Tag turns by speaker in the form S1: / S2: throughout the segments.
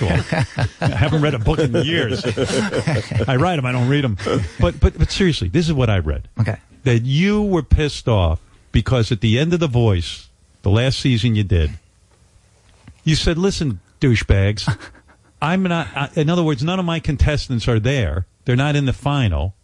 S1: unusual. I haven't read a book in years. I write them, I don't read them. But, but, but seriously, this is what I read.
S2: Okay.
S1: That you were pissed off because at the end of The Voice, the last season you did, you said, listen, douchebags, I'm not, I, in other words, none of my contestants are there. They're not in the final.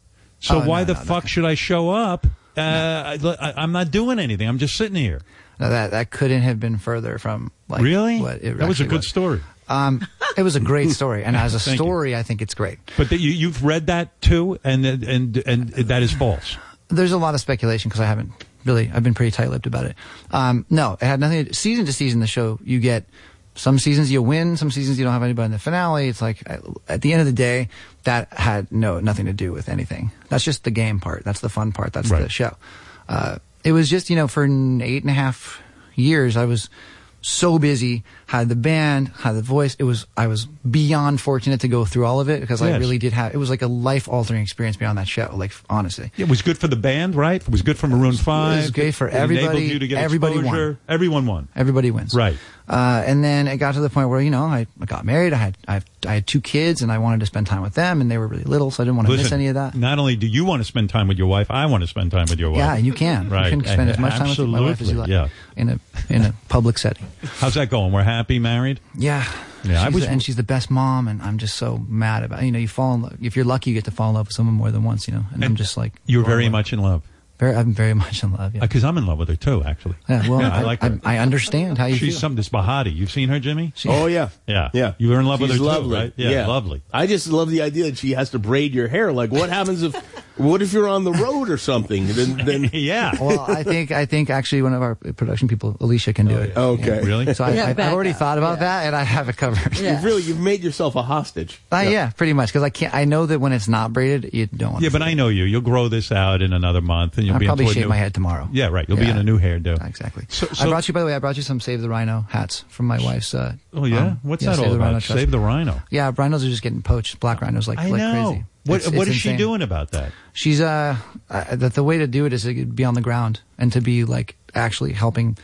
S1: So
S2: Oh,
S1: why
S2: no,
S1: the
S2: no,
S1: fuck should I show up? Uh, I, am not doing anything. I'm just sitting here.
S2: No, that that couldn't have been further from like
S1: really?
S2: What it
S1: that was a
S2: actually
S1: good story.
S2: Um, it was a great story, and as a
S1: Thank you.
S2: story, I think it's great.
S1: But that you, you've read that too, and and and that is false.
S2: There's a lot of speculation because I haven't really. I've been pretty tight-lipped about it. Um, no, it had nothing. To, season to season, the show you get some seasons you win, some seasons you don't have anybody in the finale. It's like at- at the end of the day, that had no nothing to do with anything. That's just the game part. That's the fun part. That's
S1: Right.
S2: the show. Uh, it was just you know for n- eight and a half years I was so busy had the band had the voice it was i was beyond fortunate to go through all of it because i
S1: Yes.
S2: really did have it was like a life altering experience beyond that show like honestly
S1: It was good for the band, right? It was good for Maroon Five.
S2: great for
S1: It enabled
S2: everybody.
S1: you to get
S2: Everybody won.
S1: exposure. Everyone won.
S2: Everybody wins.
S1: Right.
S2: Uh, and then it got to the point where, you know, I, I got married. I had, I, I had two kids and I wanted to spend time with them and they were really little. So I didn't want to miss
S1: Listen,
S2: any of that.
S1: Not only do you want to spend time with your wife, I want to spend time with your wife.
S2: Yeah, and you can.
S1: Right.
S2: You can spend as much time with my wife as you like
S1: Absolutely, yeah.
S2: in a in a public setting.
S1: How's that going? We're happy, married.
S2: Yeah.
S1: Yeah, I
S2: She's
S1: was-
S2: the- and she's the best mom, and I'm just so mad about. You know, you fall in love. If you're lucky, you get to fall in love with someone more than once. You know, and, I'm
S1: And
S2: just like
S1: You're very
S2: well,
S1: much in love.
S2: Very, I'm very much in love. Yeah.
S1: Because I'm in love with her too, actually.
S2: yeah well,
S1: I, like her.
S2: I, understand how you
S1: She's
S2: feel.
S1: some this Bahati. You've seen her, Jimmy?
S3: Oh yeah,
S1: Yeah.
S3: yeah.
S1: You were in love with
S3: She's
S1: her too,
S3: lovely.
S1: right? Yeah, lovely.
S3: I just love the idea that she has to braid your hair. Like, what happens if? What if you're on the road or something? Then, then
S1: yeah.
S2: well, I think I think actually one of our production people, Alicia, can do
S1: Oh,
S2: it.
S3: okay.
S1: Really?
S2: So I,
S4: Yeah,
S2: I, I
S4: back
S2: already
S4: up.
S2: thought about
S4: Yeah.
S2: that, and I have it covered.
S4: Yeah.
S3: You've really, you've made yourself a hostage.
S2: Uh, yeah, pretty much. Because I can't. I know that when it's not braided, you don't. Want
S1: Yeah,
S2: to
S1: but I know you. You'll grow this out in another month, and you'll
S2: I'll
S1: be
S2: probably
S1: into a
S2: shave
S1: new-
S2: my head tomorrow.
S1: Yeah, right. You'll be
S2: Yeah.
S1: in a new hairdo.
S2: Exactly.
S1: So-
S2: I
S1: so-
S2: brought you, by the way, I brought you some Save the Rhino hats from my wife's. Uh,
S1: Oh yeah.
S2: um,
S1: What's
S2: yeah,
S1: that
S2: Save
S1: all
S2: the Rhino
S1: about?
S2: Trust.
S1: Save the rhino.
S2: Yeah, rhinos are just getting poached. Black rhinos, like
S1: I
S2: like
S1: know.
S2: crazy.
S1: What
S2: It's-
S1: What
S2: it's
S1: is she
S2: insane.
S1: doing about that?
S2: She's uh, uh that the way to do it is to be on the ground and to be like actually helping,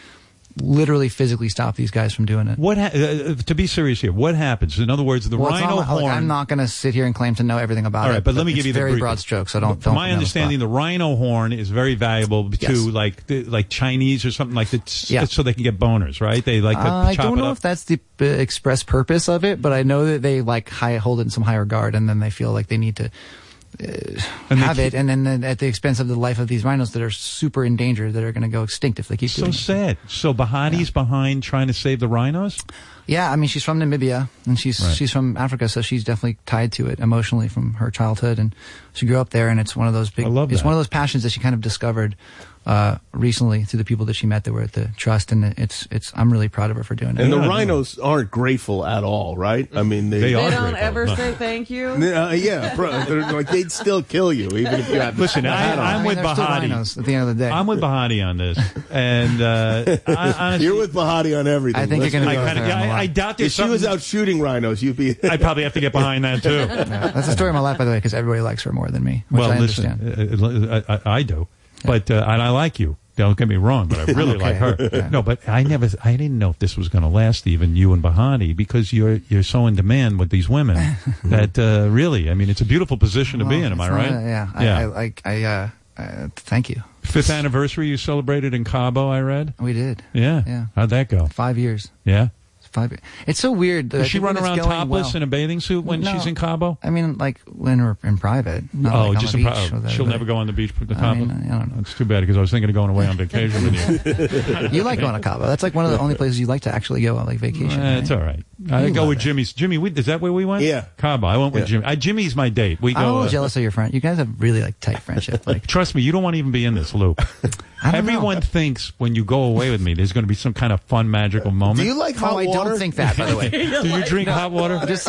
S2: literally physically stop these guys from doing it.
S1: What ha- uh, to be serious here? What happens? In other words, the
S2: Well, it's
S1: rhino
S2: not my-
S1: horn.
S2: like, I'm not going to sit here and claim to know everything about
S1: all
S2: it.
S1: right, but let me
S2: it's
S1: give you the
S2: very
S1: brief-
S2: broad strokes. I don't.
S1: From
S2: don't
S1: my
S2: put me on the spot.
S1: understanding, the rhino horn is very valuable to
S2: Yes.
S1: like the, like Chinese or something like that,
S2: Yeah.
S1: so they can get boners, right? They like to
S2: Uh, I
S1: chop
S2: don't
S1: it
S2: know
S1: up.
S2: if that's the uh, express purpose of it, but I know that they like high, hold it in some high regard, and then they feel like they need to uh,
S1: And they
S2: have
S1: keep-
S2: it, and then, then at the expense of the life of these rhinos that are super endangered, that are going to go extinct if they keep
S1: so
S2: doing it.
S1: sad. So Bahati's behind trying to save the rhinos.
S2: Yeah, I mean, she's from Namibia, and she's
S1: Right.
S2: she's from Africa, so she's definitely tied to it emotionally from her childhood, and she grew up there, and it's one of those big.
S1: I love
S2: it's
S1: that.
S2: one of those passions that she kind of discovered uh, recently through the people that she met that were at the trust, and it's it's. I'm really proud of her for doing it.
S3: And the
S1: Yeah, I know.
S3: rhinos aren't grateful at all, right? I mean, they,
S1: They
S4: They
S1: are
S4: don't
S1: grateful.
S4: ever
S1: No.
S4: say thank you.
S3: Uh, yeah, pro- they're like they'd still kill you even if you had.
S1: Listen,
S3: the
S1: I-
S3: hat on.
S1: I'm
S2: I mean,
S1: with
S2: they're still
S1: Bahati.
S2: rhinos at the end of the day.
S1: I'm with Bahati on this, and uh, I, honestly,
S3: You're with Bahati on everything.
S2: I think you're gonna
S3: Let's be
S1: I,
S2: go
S3: honest.
S1: kinda,
S2: with her
S1: yeah,
S2: on a
S1: I,
S2: lot.
S1: I doubt
S3: If
S1: there's
S3: she was
S1: something-
S3: out shooting rhinos, you'd be.
S1: I'd probably have to get behind that too.
S2: That's the story of my life, by the way, because everybody likes her more than me, which
S1: well,
S2: I
S1: listen,
S2: understand.
S1: uh, uh, I, I do, but uh, and I like you. Don't get me wrong, but I really
S2: Okay.
S1: like her.
S2: Yeah.
S1: No, but I never, I didn't know if this was going to last, even you and Bahati, because you're you're so in demand with these women that uh, really, I mean, it's a beautiful position to be in. Am I
S2: Well,
S1: right?
S2: it's not a- yeah, I, I like. I uh, uh, thank you.
S1: Fifth anniversary you celebrated in Cabo. I read.
S2: We did.
S1: Yeah.
S2: Yeah.
S1: How'd that go?
S2: Five years.
S1: Yeah.
S2: Five. ye- It's so weird. that I
S1: Does she
S2: think
S1: run
S2: when it's
S1: around
S2: going
S1: topless
S2: well-
S1: in a bathing suit when
S2: No.
S1: she's in Cabo?
S2: I mean, like when we're in private. not
S1: oh,
S2: like on
S1: just
S2: the
S1: a
S2: beach
S1: pro-
S2: with
S1: she'll
S2: everybody.
S1: never go on the beach with the
S2: I mean,
S1: Cabo.
S2: I don't know.
S1: That's too bad because I was thinking of going away on vacation with you.
S2: You like going to Cabo? That's like one of the only places you like to actually go on like vacation.
S1: Eh, it's
S2: right?
S1: all right. I
S2: You
S1: go
S2: love
S1: with
S2: it.
S1: Jimmy's. Jimmy, we, is that where we went?
S3: Yeah.
S1: Cabo. I went with
S3: Yeah.
S1: Jimmy. I, Jimmy's my date. We go.
S2: I'm a little
S1: uh,
S2: jealous of your friend. You guys have really like tight friendship. Like
S1: Trust me, you don't want to even be in this loop.
S2: I don't know.
S1: Everyone thinks when you go away with me, there's going to be some kind of fun, magical moment.
S3: Do you like hot
S2: oh, I
S3: water?
S2: don't think that. By the way,
S1: Do you drink hot water?
S2: just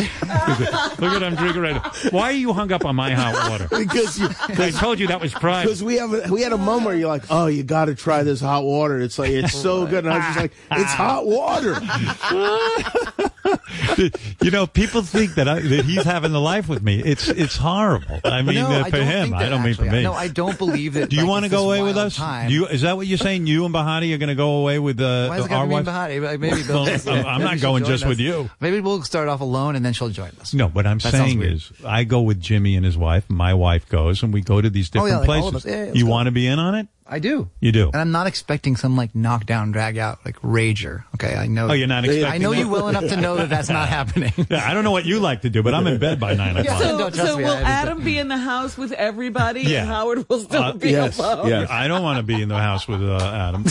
S1: Look at him drinking right now. Why are you hung up on my hot water?
S3: because you,
S1: I told you that was private.
S3: Because we have a, we had a moment where you're like, oh, you got to try this hot water. It's like it's so good, and I was just like, it's hot water.
S1: you know, people think that, I, that he's having the life with me. It's it's horrible. I mean,
S2: no,
S1: uh,
S2: I
S1: for
S2: don't
S1: him,
S2: think that,
S1: I don't
S2: actually.
S1: mean for me.
S2: No, I don't believe that.
S1: Do you
S2: like,
S1: want to
S2: it's
S1: go
S2: this
S1: away with
S2: wild
S1: us?
S2: Time.
S1: Do you, is that what you're saying? You and Bahati are going to go away with uh,
S2: Why does it
S1: our
S2: have to be
S1: wife?
S2: in Bahati? Like, maybe
S1: Well,
S2: Bill-
S1: I'm- I'm
S2: maybe
S1: not
S2: she'll
S1: going
S2: join
S1: just
S2: us.
S1: with you.
S2: Maybe we'll start off alone and then she'll join us.
S1: No, what I'm
S2: That sounds
S1: saying
S2: weird.
S1: is, I go with Jimmy and his wife. My wife goes, and we go to these
S2: Oh,
S1: different
S2: yeah, like
S1: places.
S2: all of us. Yeah, yeah, let's
S1: you
S2: go.
S1: want to be in on it?
S2: I do.
S1: You do.
S2: And I'm not expecting some like knockdown, drag out, like rager. Okay, I know.
S1: Oh, you're not expecting.
S2: I know
S1: that?
S2: you well enough to know that that's not happening.
S1: Yeah, I don't know what you like to do, but I'm in bed by nine o'clock.
S2: Don't
S4: So,
S2: trust
S4: so
S2: me,
S4: will
S2: I haven't
S4: Adam be in the house with everybody,
S1: Yeah.
S4: and Howard will still
S1: Uh,
S4: be
S3: yes,
S4: alone?
S3: yes.
S1: I don't want to be in the house with uh, Adam.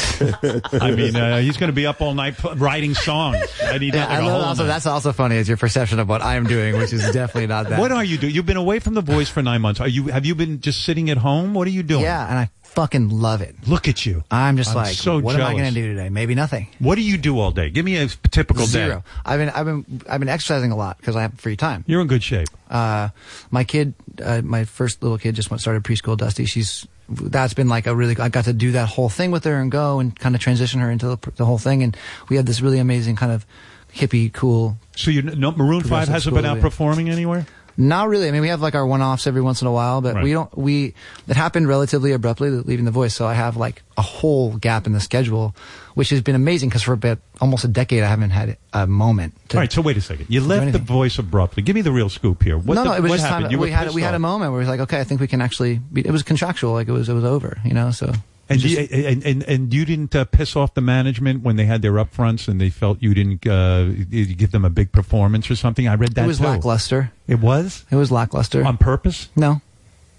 S1: I mean, uh, he's going to be up all night p- writing songs. I need
S2: Yeah,
S1: nothing
S2: I
S1: to
S2: love
S1: hold
S2: also
S1: him.
S2: that's also funny is your perception of what I'm doing, which is definitely not that.
S1: What are you doing? You've been away from the voice for nine months. Are you? Have you been just sitting at home? What are you doing?
S2: yeah, and I fucking love it.
S1: Look at you.
S2: I'm just
S1: I'm
S2: like,
S1: so
S2: what am I
S1: jealous.
S2: going to do today? Maybe nothing.
S1: what do you do all day? Give me a typical
S2: Zero.
S1: day.
S2: I've been I've been I've been exercising a lot because I have free time.
S1: You're in good shape.
S2: Uh, my kid, uh, my first little kid, just went started preschool. Dusty, she's that's been like a really. I got to do that whole thing with her and go and kind of transition her into the, the whole thing. And we had this really amazing kind of hippie, cool.
S1: So you no, Maroon Five
S2: Progressive
S1: hasn't been
S2: school, yeah.
S1: outperforming anywhere.
S2: Not really. I mean, we have like our one offs every once in a while, but
S1: Right.
S2: we don't. We it happened relatively abruptly, leaving the voice. So I have like a whole gap in the schedule, which has been amazing because for about almost a decade I haven't had a moment. To,
S1: All right, so wait a second. You left the
S2: anything.
S1: voice abruptly. Give me the real scoop here. What,
S2: no,
S1: the,
S2: no, it was
S1: what
S2: just
S1: happened?
S2: time.
S1: You
S2: we
S1: were
S2: had
S1: pissed
S2: we had a
S1: off.
S2: moment where we was like, okay, I think we can actually. Be, it was contractual, like it was it was over, you know. So
S1: And, you, and, and and you didn't uh, piss off the management when they had their upfronts and they felt you didn't uh, you give them a big performance or something. I read that
S2: it was
S1: too. Um,
S2: lackluster.
S1: It was
S2: It was lackluster.
S1: on purpose.
S2: no,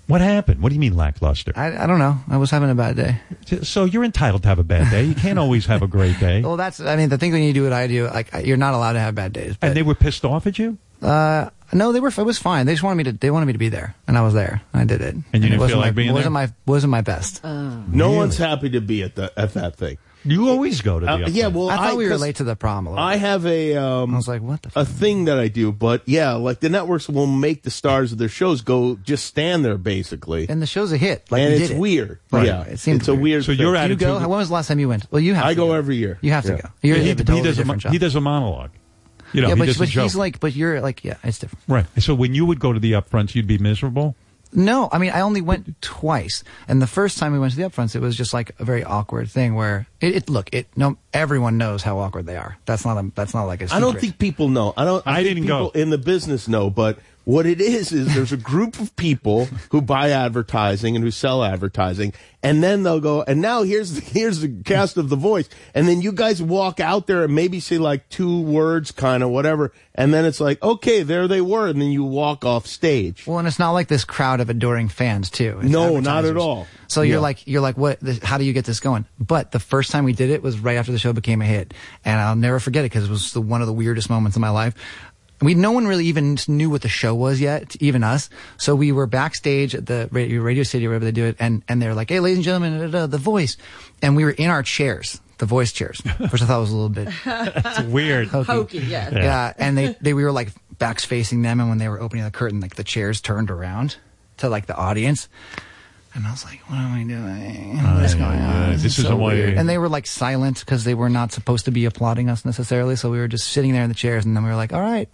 S1: What happened? What do you mean lackluster?
S2: I, I don't know. I was having a bad day.
S1: so you're entitled to have a bad day. You can't always have a great day.
S2: Well, that's. I mean, the thing when you do what I do, like I- you're not allowed to have bad days. But,
S1: and they were pissed off at you.
S2: uh, no, they were. It was fine. They just wanted me to. They wanted me to be there, and I was there. I did it.
S1: didn't
S2: it
S1: feel
S2: wasn't
S1: like
S2: my,
S1: being
S2: wasn't
S1: there?
S2: my wasn't my best.
S3: Uh, No one's happy to be at the at that thing.
S1: You always go to the
S3: Uh,
S1: upfront.
S3: yeah, well,
S2: I thought we were
S3: 'cause
S2: late to the prom a little.
S3: I
S2: bit.
S3: have a um,
S2: I was like, what the.
S3: a
S2: F-
S3: thing that I do, but yeah, like the networks will make the stars of their shows go just stand there basically, and,
S2: and the show's a hit. Like we
S3: it's
S2: did it.
S3: weird.
S2: Right.
S3: Yeah,
S2: It seemed
S3: it's a
S2: weird.
S3: weird.
S1: So you're
S2: Do
S3: thing.
S2: you
S1: attitude.
S2: go? When was the last time you went? Well, you have.
S3: I
S2: to
S3: go every year.
S2: You have to
S3: Yeah.
S2: go. You're,
S1: he,
S2: you
S1: he
S2: have a totally
S1: does a, mo-
S2: different job.
S1: he does a monologue. You know,
S2: yeah,
S1: he
S2: but,
S1: does
S2: but
S1: a joke.
S2: he's like, but you're like, yeah, it's different.
S1: right. So when you would go to the upfronts, you'd be miserable.
S2: No, I mean, I only went twice, and the first time we went to the upfronts, it was just like a very awkward thing where it, it look it. No, everyone knows how awkward they are. That's not a, that's not like a.
S3: I don't
S2: secret.
S3: think people know. I don't.
S1: I
S3: think
S1: didn't go.
S3: people in the business know, but what it is is there's a group of people who buy advertising and who sell advertising, and then they'll go. And now here's the, here's the cast of The Voice, and then you guys walk out there and maybe say like two words, kind of whatever, and then it's like okay, there they were, and then you walk off stage.
S2: Well, and it's not like this crowd of adoring fans too. It's
S3: No, not
S2: advertisers.
S3: at all.
S2: So you're
S3: Yeah.
S2: like, you're like, what? This, how do you get this going? But the first time we did it was right after the show became a hit, and I'll never forget it because it was the one of the weirdest moments of my life. We no one really even knew what the show was yet, even us. So we were backstage at the radio, radio city, wherever they do it, and and they're like, hey, ladies and gentlemen, da, da, da, the voice, and we were in our chairs, the voice chairs, which I thought was a little bit
S1: It's weird.
S4: Hokey, yes.
S2: yeah. and they, they we were like backs facing them, and when they were opening the curtain, like the chairs turned around to like the audience, and I was like, "What am I doing? What's going on?
S1: Oh, yeah, this
S2: is
S1: isn't what you-
S2: And they were like silent because they were not supposed to be applauding us necessarily. So we were just sitting there in the chairs, and then we were like, "All right,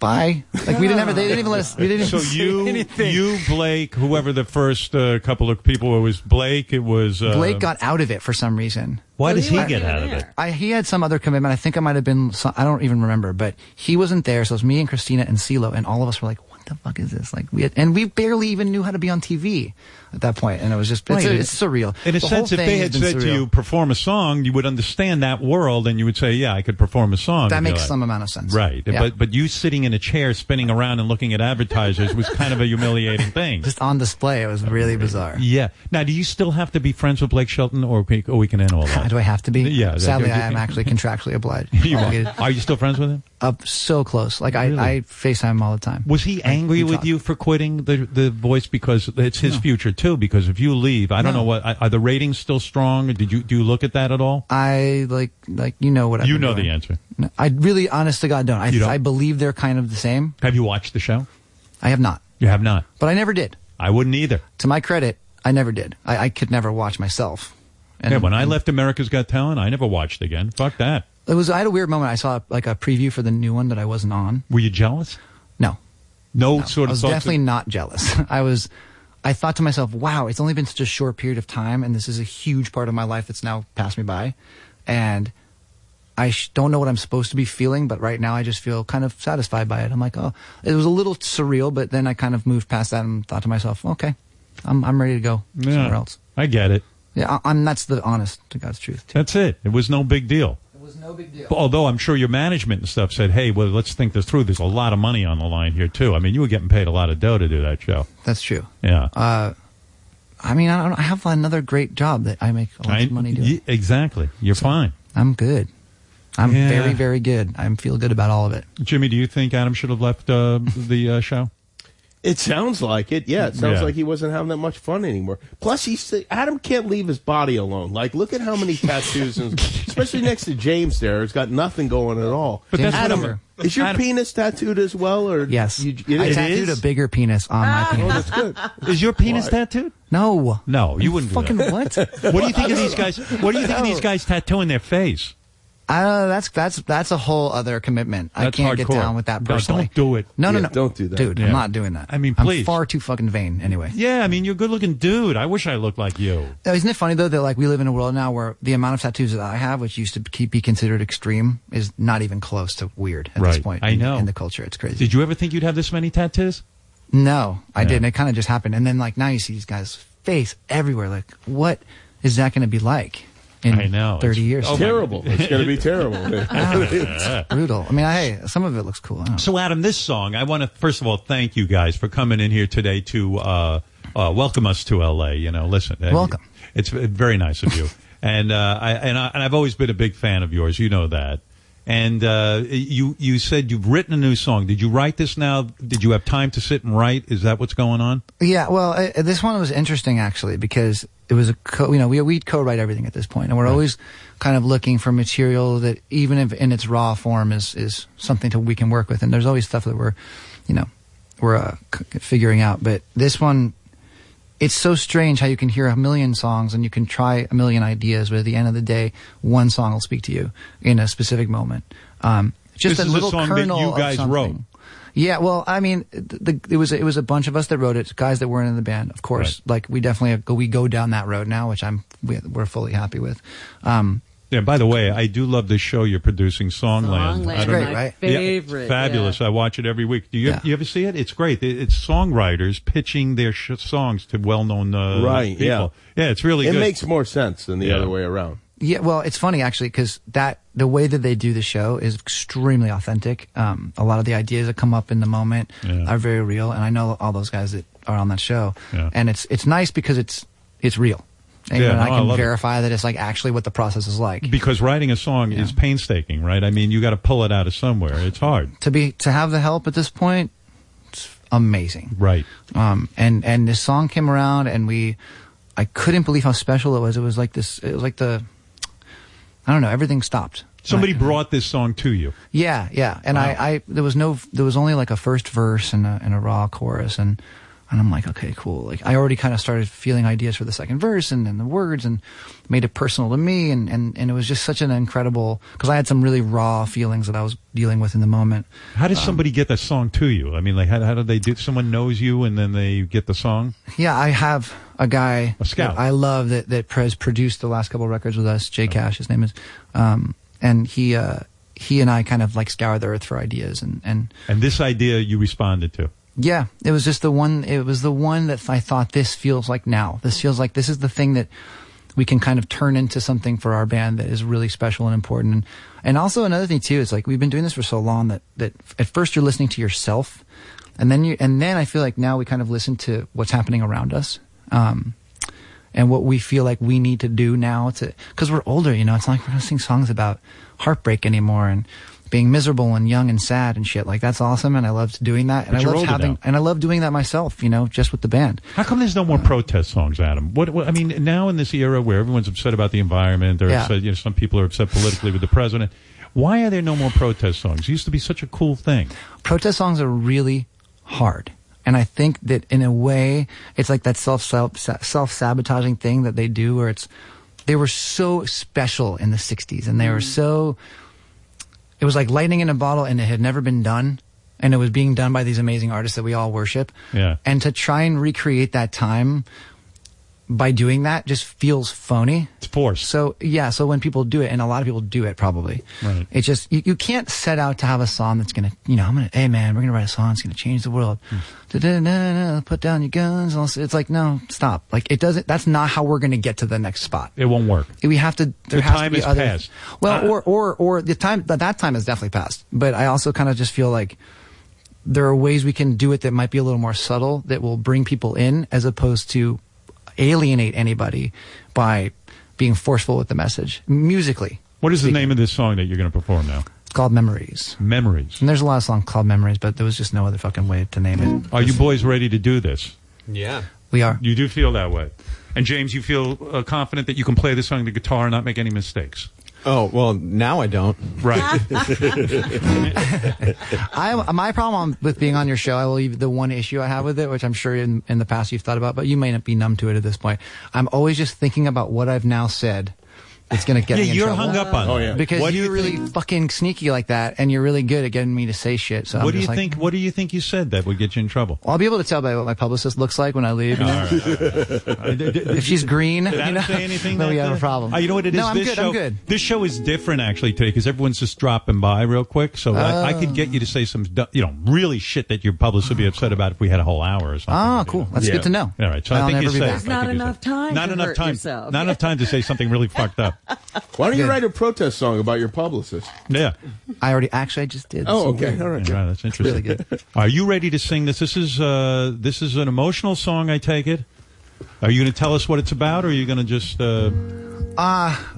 S2: bye." Like we didn't have they didn't even let us. We didn't
S1: So
S2: even say
S1: you,
S2: anything.
S1: you, Blake, whoever the first uh, couple of people it was, Blake. It was uh,
S2: Blake got out of it for some reason.
S1: Why does
S4: Well, you
S1: he
S4: weren't
S1: get
S4: even
S1: out of
S4: there.
S1: it?
S2: I, he had some other commitment. I think I might have been, so- I don't even remember, but he wasn't there. So it was me and Christina and CeeLo, and all of us were like, what the fuck is this? Like, we had, and we barely even knew how to be on TV at that point, And it was just, it's,
S1: Right.
S2: it's surreal.
S1: In a
S2: The whole
S1: sense, if
S2: thing
S1: they
S2: has
S1: had
S2: been
S1: said to
S2: surreal.
S1: you, perform a song, you would understand that world and you would say, yeah, I could perform a song.
S2: That
S1: And you're
S2: makes
S1: like-
S2: some amount of sense.
S1: Right.
S2: Yeah.
S1: But, but you sitting in a chair spinning around and looking at advertisers was kind of a humiliating thing.
S2: just on display, it was really bizarre.
S1: yeah. Now, do you still have to be friends with Blake Shelton or we, or we can end all that?
S2: Do I have to be?
S1: Yeah, that-
S2: Sadly,
S1: you-
S2: I am actually contractually obliged.
S1: You
S2: obligated.
S1: are. Are you still friends with him?
S2: Up so close. Like,
S1: Really?
S2: I, I FaceTime all the time.
S1: Was he angry
S2: we
S1: with
S2: talked.
S1: you for quitting the the voice because it's his future too? Because if you leave, I don't
S2: No.
S1: know what are the ratings still strong? Did you do you look at that at all?
S2: I like like you know what I
S1: You know the answer.
S2: No, I really, honest to God, don't. I,
S1: You don't?
S2: I believe they're kind of the same.
S1: Have you watched the show?
S2: I have not,
S1: You have not.
S2: but I never did.
S1: I wouldn't either.
S2: To my credit, I never did. I, I could never watch myself. And
S1: yeah, when I left America's Got Talent, I never watched again. Fuck that.
S2: It was. I had a weird moment. I saw like a preview for the new one that I wasn't on.
S1: Were you jealous?
S2: No,
S1: No,
S2: no.
S1: sort of
S2: I was
S1: thoughts
S2: definitely not jealous. I was. I thought to myself, "Wow, it's only been such a short period of time, and this is a huge part of my life that's now passed me by." And I sh- don't know what I'm supposed to be feeling, but right now I just feel kind of satisfied by it. I'm like, "Oh, it was a little surreal," but then I kind of moved past that and thought to myself, "Okay, I'm I'm ready to go
S1: Yeah.
S2: somewhere else."
S1: I get it.
S2: Yeah, I- I'm. That's the honest to God's truth. Too.
S1: That's it. It was no big deal.
S2: It was no big deal.
S1: Although I'm sure your management and stuff said, "Hey, well, let's think this through. There's a lot of money on the line here too. I mean, you were getting paid a lot of dough to do that show.
S2: That's true.
S1: Yeah,
S2: Uh, I mean, I don't. I have another great job that I make a lot
S1: I-
S2: of money doing.
S1: y- exactly. You're fine,
S2: I'm good. I'm
S1: Yeah.
S2: very, very good. I feel good about all of it.
S1: Jimmy. Do you think Adam should have left uh, the uh, show?
S3: It sounds like it. Yeah, it sounds
S1: Yeah.
S3: like he wasn't having that much fun anymore. Plus, he's Adam can't leave his body alone. Like, look at how many tattoos, and, especially next to James. There, it's got nothing going at all.
S1: But
S2: James
S1: that's what
S3: Adam,
S1: I'm-
S3: is your
S1: Adam,
S3: penis tattooed as well? Or
S2: Yes,
S3: you, it,
S2: I
S3: it
S2: tattooed
S3: is?
S2: a bigger penis on my
S3: Oh,
S2: penis.
S3: that's good.
S1: is your penis
S3: Why?
S1: tattooed?
S2: No,
S1: No, you wouldn't. do
S2: fucking
S1: that.
S2: what?
S1: What do you think of these guys? What do you think of these guys tattooing their face?
S2: I don't know. Uh, That's that's that's a whole other commitment. I
S1: That's
S2: can't get
S1: hardcore.
S2: down with that
S1: No,
S2: personally.
S1: don't do it.
S2: No, no,
S3: Yeah,
S2: no.
S3: don't do that.
S2: dude.
S1: Yeah.
S2: I'm not doing that.
S1: I mean, please.
S2: I'm far too fucking vain. Anyway,
S1: Yeah, I mean, you're a good-looking dude. I wish I looked like you.
S2: Now, Isn't it funny though that like we live in a world now where the amount of tattoos that I have, which used to keep, be considered extreme, is not even close to weird at
S1: Right.
S2: this point.
S1: I
S2: in-
S1: know.
S2: in the culture, it's crazy.
S1: Did you ever think you'd have this many tattoos?
S2: no, I
S1: Yeah.
S2: didn't. It kind of just happened, and then like now you see these guys' face everywhere. Like, what is that going to be like in
S1: I know.
S2: thirty
S1: It's-
S2: years?
S1: oh,
S2: It's
S3: terrible. It's going to be terrible.
S2: brutal. I mean, hey, some of it looks cool. I don't know.
S1: So, Adam, this song, I want to first of all thank you guys for coming in here today to uh, uh, welcome us to LA. You know, listen, and
S2: Welcome.
S1: It's very nice of you, and uh, I and, I and I've always been a big fan of yours. You know that. And uh, you you said you've written a new song. Did you write this now? Did you have time to sit and write? Is that what's going on?
S2: Yeah, well, I, I- this one was interesting actually because it was a co- you know we we co-write everything at this point, and we're always kind of looking for material that even if in its raw form is is something that we can work with, and there's always stuff that we're you know we're uh, c- figuring out, but this one. It's so strange how you can hear a million songs and you can try a million ideas, but at the end of the day, one song will speak to you in a specific moment. Um, just
S1: This is
S2: a
S1: a
S2: little
S1: song that
S2: kernel
S1: you
S2: of
S1: guys
S2: something.
S1: wrote.
S2: Yeah, well, I mean, the, the, it was it was a bunch of us that wrote it, guys that weren't in the band, of course. Like we definitely have, we go down that road now, which I'm we, we're fully happy with. Um,
S1: Yeah. By the way, I do love this show you're producing, Songland.
S4: Songland,
S1: I don't
S2: great,
S1: know-
S4: my
S2: right?
S1: Yeah,
S4: favorite.
S1: fabulous. I watch it every week. Do you
S2: Yeah.
S1: you ever see it? It's great. It, it's songwriters pitching their sh- songs to well-known uh,
S3: Right,
S1: people.
S3: yeah.
S1: yeah, it's really
S3: it
S1: good.
S3: makes more sense than the
S1: Yeah.
S3: other way around.
S2: yeah, well, it's funny actually because that the way that they do the show is extremely authentic. Um, a lot of the ideas that come up in the moment
S1: Yeah.
S2: are very real, and I know all those guys that are on that show,
S1: Yeah.
S2: and it's it's nice because it's it's real, and
S1: Yeah,
S2: when I
S1: no, I
S2: can
S1: love it.
S2: verify that it's like actually what the process is like.
S1: because writing a song is painstaking, right? I mean, you got to pull it out of somewhere. It's hard,
S2: to be to have the help at this point, it's amazing.
S1: right?
S2: um, and and this song came around, and we, I couldn't believe how special it was. It was like this. It was like the, I don't know. Everything stopped.
S1: Somebody
S2: Like-
S1: brought this song to you.
S2: yeah, yeah. And I, I, there was no, there was only like a first verse and a, and a raw chorus, and and I'm like, okay, cool. Like I already kind of started feeling ideas for the second verse and, and the words, and made it personal to me, and and and it was just such an incredible because I had some really raw feelings that I was dealing with in the moment.
S1: How
S3: Um,
S1: does somebody get that song to you? I mean, like, how, how do they do? Someone knows you, and then they get the song.
S2: Yeah, I have a guy
S1: A scout. Uh-huh.
S2: that I love that that Prez produced the last couple records with us. Jay Cash, his name is, um, and he uh, he and I kind of like scour the earth for ideas and and
S1: And this idea you responded to.
S2: yeah, it was just the one. It was the one that I thought this feels like now. This feels like this is the thing that we can kind of turn into something for our band that is really special and important. And, and also another thing too is like we've been doing this for so long that that at first you're listening to yourself, and then you and then I feel like now we kind of listen to what's happening around us. Um, and what we feel like we need to do now to because we're older you know it's not like we're gonna sing songs about heartbreak anymore and being miserable and young and sad and shit like that's awesome and i loved doing that and
S1: But
S2: i
S1: you're
S2: loved
S1: older
S2: having
S1: now.
S2: and i love doing that myself you know just with the band
S1: How come there's no more protest songs, Adam? What, what I mean now in this era where everyone's upset about the environment, or
S2: Yeah.
S1: upset, you know, some people are upset politically with the president. Why are there no more protest songs? It used to be such a cool thing.
S2: protest songs are really hard. And I think that in a way, it's like that self self sabotaging thing that they do, where it's they were so special in the '60s, and they were so it was like lightning in a bottle and it had never been done and it was being done by these amazing artists that we all worship
S1: Yeah.
S2: and to try and recreate that time by doing that just feels phony
S1: It's forced.
S2: so yeah so when people do it and a lot of people do it probably
S1: Right.
S2: it's just you, you can't set out to have a song that's gonna you know i'm gonna hey man we're gonna write a song that's gonna change the world Da-da-da-da, put down your guns all s- it's like no stop like it doesn't that's not how we're gonna get to the next spot
S1: it won't work.
S2: we have to. There
S1: The
S2: has
S1: time
S2: to be
S1: is
S2: other,
S1: past.
S2: Well,
S1: Uh,
S2: or or or the time that that time is definitely past. But I also kind of just feel like there are ways we can do it that might be a little more subtle that will bring people in as opposed to alienate anybody by being forceful with the message musically.
S1: What is the name of this song that you're going to perform now?
S2: It's called Memories.
S1: Memories.
S2: And there's a lot of songs called Memories, but there was just no other fucking way to name it.
S1: Are you boys ready to do this?
S5: Yeah.
S2: We are.
S1: You do feel that way. And James, you feel uh, confident that you can play this song on the guitar and not make any mistakes.
S5: Oh well, now I don't.
S1: Right.
S2: I my problem with being on your show, I will leave the one issue I have with it, which I'm sure in, in the past you've thought about, but you may not be numb to it at this point. I'm always just thinking about what I've now said. It's going to get
S1: yeah,
S2: me in
S1: you're
S2: trouble.
S1: hung up on
S3: Oh,
S1: that.
S3: yeah.
S2: because
S1: What do
S2: you're
S1: you
S2: really fucking sneaky like that, and you're really good at getting me to say shit. So I'm
S1: What do you
S2: just like,
S1: think? What do you think you said that would get you in trouble?
S2: Well, I'll be able to tell by what my publicist looks like when I leave. you know? Uh,
S1: if
S2: If she's green,
S1: Did
S2: you
S1: Adam
S2: know,
S1: say anything?
S2: then
S1: that
S2: we have
S1: day?
S2: a problem.
S1: Oh, you know what it is?
S2: No, I'm
S1: this
S2: good.
S1: Show,
S2: I'm good.
S1: This show is different actually today because everyone's just dropping by real quick. So I, I could get you to say some, du- you know, really shit that your publicist would be upset about if we had a whole hour or something.
S2: Oh, Ah,
S1: you
S2: cool.
S1: know?
S2: That's
S3: Yeah.
S2: good to know.
S1: All right. So I
S2: I'll
S1: think
S2: never
S1: you
S2: be
S1: said.
S2: back.
S1: I think
S4: not
S1: you said.
S4: enough time
S1: Not
S4: to
S1: enough
S4: hurt
S1: time.
S4: yourself.
S1: Not enough time to say something really fucked up.
S3: Why don't you
S2: Good.
S3: write a protest song about your publicist?
S1: Yeah.
S2: I already actually I just did.
S3: Oh,
S2: So
S3: okay.
S2: good.
S3: All right.
S1: Yeah, that's interesting.
S2: really good.
S1: Are you ready to sing this? This is uh, this is an emotional song. I take it. Are you going to tell us what it's about, or are you going to just? Uh,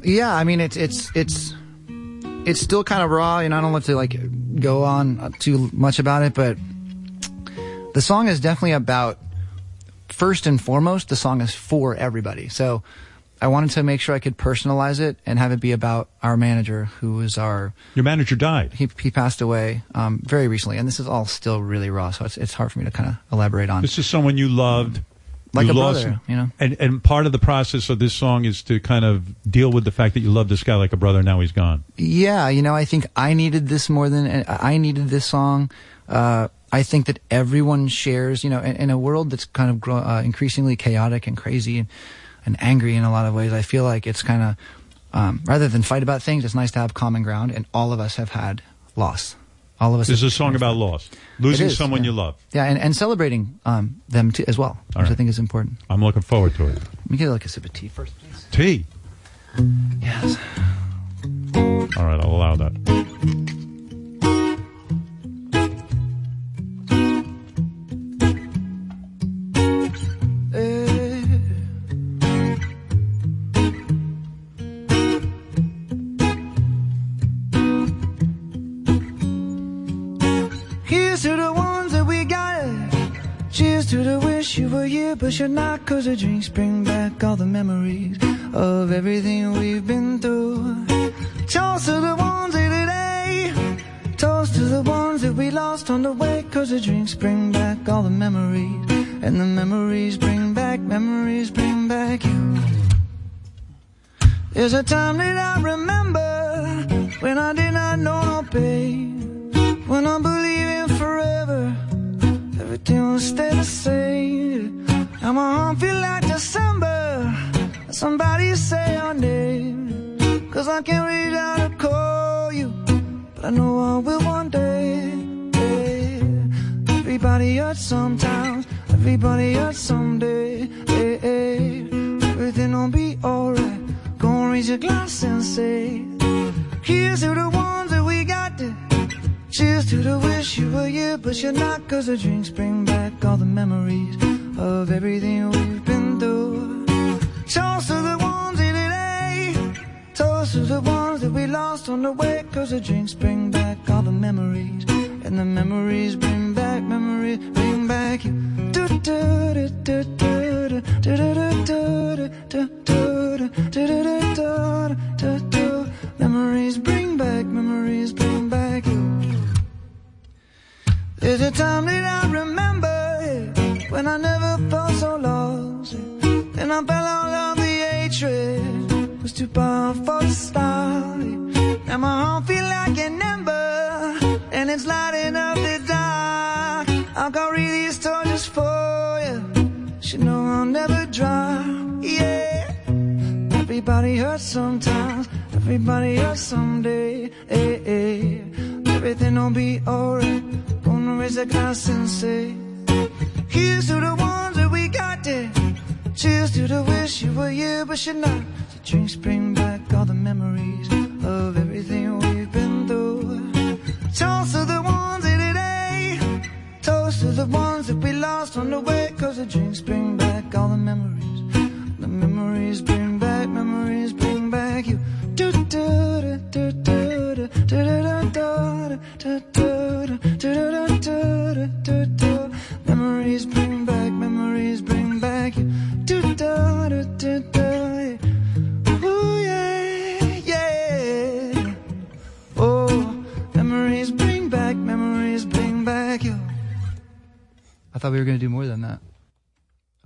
S2: yeah i mean it's it's it's it's still kind of raw and i don't love to like go on too much about it but the song is definitely about first and foremost the song is for everybody so i wanted to make sure i could personalize it and have it be about our manager who is our
S1: your manager died.
S2: he, he passed away um, very recently and this is all still really raw so it's, it's hard for me to kind of elaborate on
S1: This is someone you loved.
S2: Like
S1: you
S2: a
S1: lost,
S2: brother, you know?
S1: And and part of the process of this song is to kind of deal with the fact that you loved this guy like a brother. Now he's gone.
S2: yeah, you know, I think I needed this more than I needed this song. Uh, I think that everyone shares, you know, in, in a world that's kind of grow, uh, increasingly chaotic and crazy and, and angry in a lot of ways. I feel like it's kind of um, rather than fight about things, it's nice to have common ground. And all of us have had loss. All of us.
S1: This is
S2: have-
S1: a song about loss, losing
S2: It is,
S1: someone
S2: yeah.
S1: you love.
S2: Yeah, and, and celebrating um, them too as well,
S1: All
S2: which I
S1: right.
S2: think is important.
S1: I'm looking forward to it.
S2: Let me get like a sip of tea first,
S1: T.
S2: please. Yes.
S1: All right, I'll allow that.
S2: Here's to the ones that we got. Cheers to the wish you were here, but you're not. Cause the drinks bring back all the memories of everything we've been through. Toast to the ones here today. Toast to the ones that we lost on the way. Cause the drinks bring back all the memories. And the memories bring back, memories bring back you. There's a time that I remember when I did not know no pain. When I believe in forever, everything will stay the same. Now my heart feel like December. Somebody say your name. Cause I can't reach out to call you. But I know I will one day. Hey. Everybody hurts sometimes. Everybody hurts someday. Hey, hey. Everything will be alright. Gonna raise your glass and say, Here's to the ones that we got. Cheers to the wish you were here, but you're not. Cause the drinks bring back all the memories of everything we've been through. Toast to the ones here today. Toast to the ones that we lost on the way. Cause the drinks bring back all the memories. And the memories bring back memories, bring back you. Do, do, do, do, do, do, do, do, do, do, do, do, do, do, do, do, do, do, do. Memories bring back memories, bring back you. There's a time that I remember yeah, when I never felt so lost. yeah. And I fell out of the hatred. It was too powerful to stop. yeah.
S6: And my heart feel like an ember, and it's lighting up the dark. I'll go read these stories for you. She know I'll never drop. Yeah. Everybody hurts sometimes. Everybody hurts someday. eh, eh. Everything will be alright. Gonna raise a glass and say, Here's to the ones that we got there. Cheers to the wish you were here, but you're not. The drinks bring back all the memories of everything we've been through. Toast to the ones in today. Toast to the ones that we lost on the way. Cause the drinks bring back all the memories. The memories bring back, memories bring back you. Do do do do do do do do do do do do do do do do Memories bring back, memories bring back you. Do do do do do. Ooh yeah, yeah. Oh, memories bring back, memories bring back you.
S2: I thought we were going to do more than that.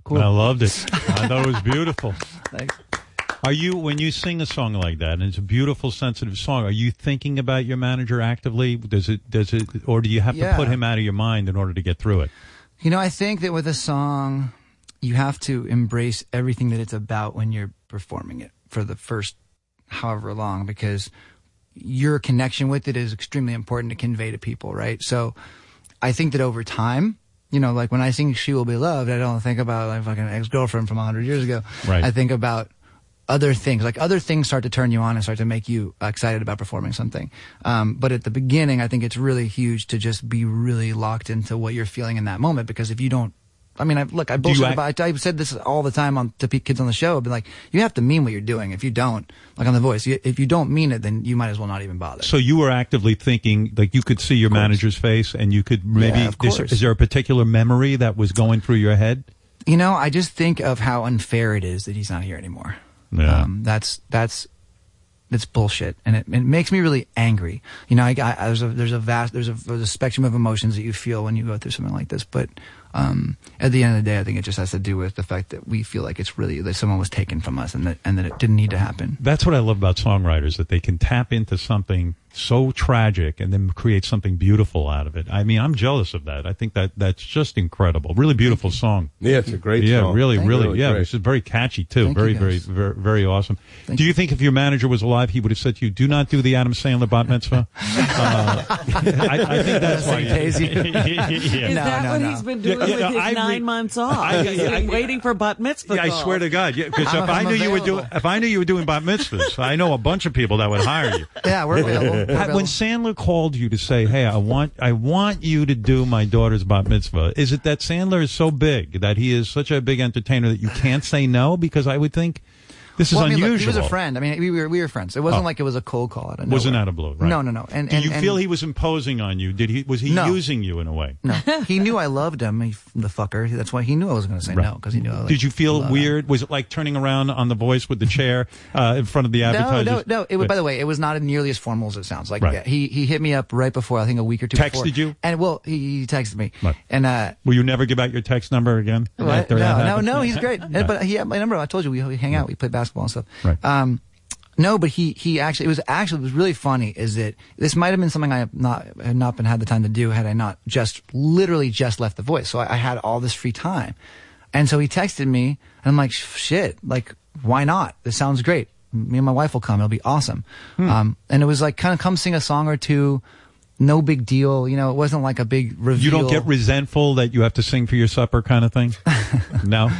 S2: Cool.
S1: I loved it. I thought it was beautiful.
S2: Thanks.
S1: Are you when you sing a song like that and it's a beautiful, sensitive song? Are you thinking about your manager actively? Does it does it or do you have to
S2: Yeah.
S1: put him out of your mind in order to get through it?
S2: You know, I think that with a song, you have to embrace everything that it's about when you're performing it for the first however long because your connection with it is extremely important to convey to people, right? So I think that over time, you know, like when I sing She Will Be Loved, I don't think about like fucking ex girlfriend from 100 years ago.
S1: Right.
S2: I think about other things. Like other things start to turn you on and start to make you excited about performing something. Um, but at the beginning, I think it's really huge to just be really locked into what you're feeling in that moment because if you don't, I mean, I, look, I
S1: Do you
S2: bullshit
S1: act-
S2: about. I've said this all the time on to pe- kids on the show. I've been like, you have to mean what you're doing. If you don't, like on The Voice, you, if you don't mean it, then you might as well not even bother.
S1: So you were actively thinking, like you could see your manager's face, and you could maybe.
S2: Yeah, of
S1: is,
S2: course.
S1: is there a particular memory that was going through your head?
S2: you know, I just think of how unfair it is that he's not here anymore. Um,
S1: Yeah.
S2: that's that's that's bullshit, and it, it makes me really angry. You know, I, I, there's a there's a vast there's a, there's a spectrum of emotions that you feel when you go through something like this. But um, at the end of the day, I think it just has to do with the fact that we feel like it's really that someone was taken from us, and that and that it didn't need to happen.
S1: That's what I love about songwriters that they can tap into something so tragic and then create something beautiful out of it. I mean, I'm jealous of that. I think that that's just incredible. Really beautiful song.
S3: Yeah, it's a great
S1: yeah,
S3: song.
S1: really,
S2: Thank
S1: really,
S3: you.
S1: yeah.
S3: Really
S1: This is very catchy too.
S2: Thank
S1: very,
S2: you,
S1: very,
S2: guys.
S1: very, very awesome.
S2: Thank
S1: do you think if your manager was alive, he would have said to you, "Do not do the Adam Sandler bat mitzvah"? uh, I, I think that's why.
S2: He pays you.
S1: Yeah.
S4: Is
S2: No,
S4: that
S2: no,
S4: what
S2: no.
S4: he's been
S1: Yeah,
S4: doing
S1: yeah,
S4: with his
S1: I re-
S4: nine months off?
S1: I-
S4: he's
S1: yeah,
S4: been
S1: I-
S4: waiting for bat mitzvah.
S1: Yeah, I
S4: call.
S1: swear to God. Yeah, because
S2: I'm-
S1: if I
S2: I'm
S1: knew you were doing,
S2: available.
S1: if I knew you were doing bat mitzvahs, I know a bunch of people that would hire you.
S2: Yeah, we're available. We're
S1: Pat,
S2: available.
S1: when Sandler called you to say, "Hey, I want, I want you to do my daughter's bat mitzvah," is it that Sandler is so big that he is such a big entertainer that you can't say no? Because I would think this is
S2: Well, I mean,
S1: unusual.
S2: look, he was a friend. I mean, we were we were friends. It wasn't
S1: Oh.
S2: like it was a cold call. Out of
S1: Wasn't
S2: nowhere.
S1: out of blue, right?
S2: No, no, no. And,
S1: Do
S2: and
S1: you
S2: and-
S1: feel he was imposing on you? Did he? Was he
S2: No.
S1: using you in a way?
S2: No, he knew I loved him. He, the fucker. That's why he knew I was going to say no because he knew. I, like,
S1: Did you feel
S2: love him.
S1: weird? Was it like turning around on the voice with the chair uh, in front of the
S2: No,
S1: advertisers?
S2: no, no. It, was- by the way, it was not nearly as formal as it sounds. Like
S1: Right.
S2: yeah, he he hit me up right before I think a week or two.
S1: Texted
S2: before.
S1: you?
S2: And well, he, he texted me.
S1: Right.
S2: And uh,
S1: Will you never give out your text number again?
S2: What?
S1: after
S2: No,
S1: that
S2: no,
S1: happened?
S2: no. He's great. And- But he had my number. I told you we, we hang out. We play basketball and stuff.
S1: Right.
S2: Um, no, but he he actually it was actually it was really funny. Is that this might have been something I have not had not been had the time to do had I not just literally just left the voice. So I, I had all this free time, and so he texted me, and I'm like, shit, like why not? This sounds great. Me and my wife will come. It'll be awesome.
S1: Hmm.
S2: Um, and it was like kind of come sing a song or two. No big deal. You know, it wasn't like a big reveal.
S1: You don't get resentful that you have to sing for your supper kind of thing? no.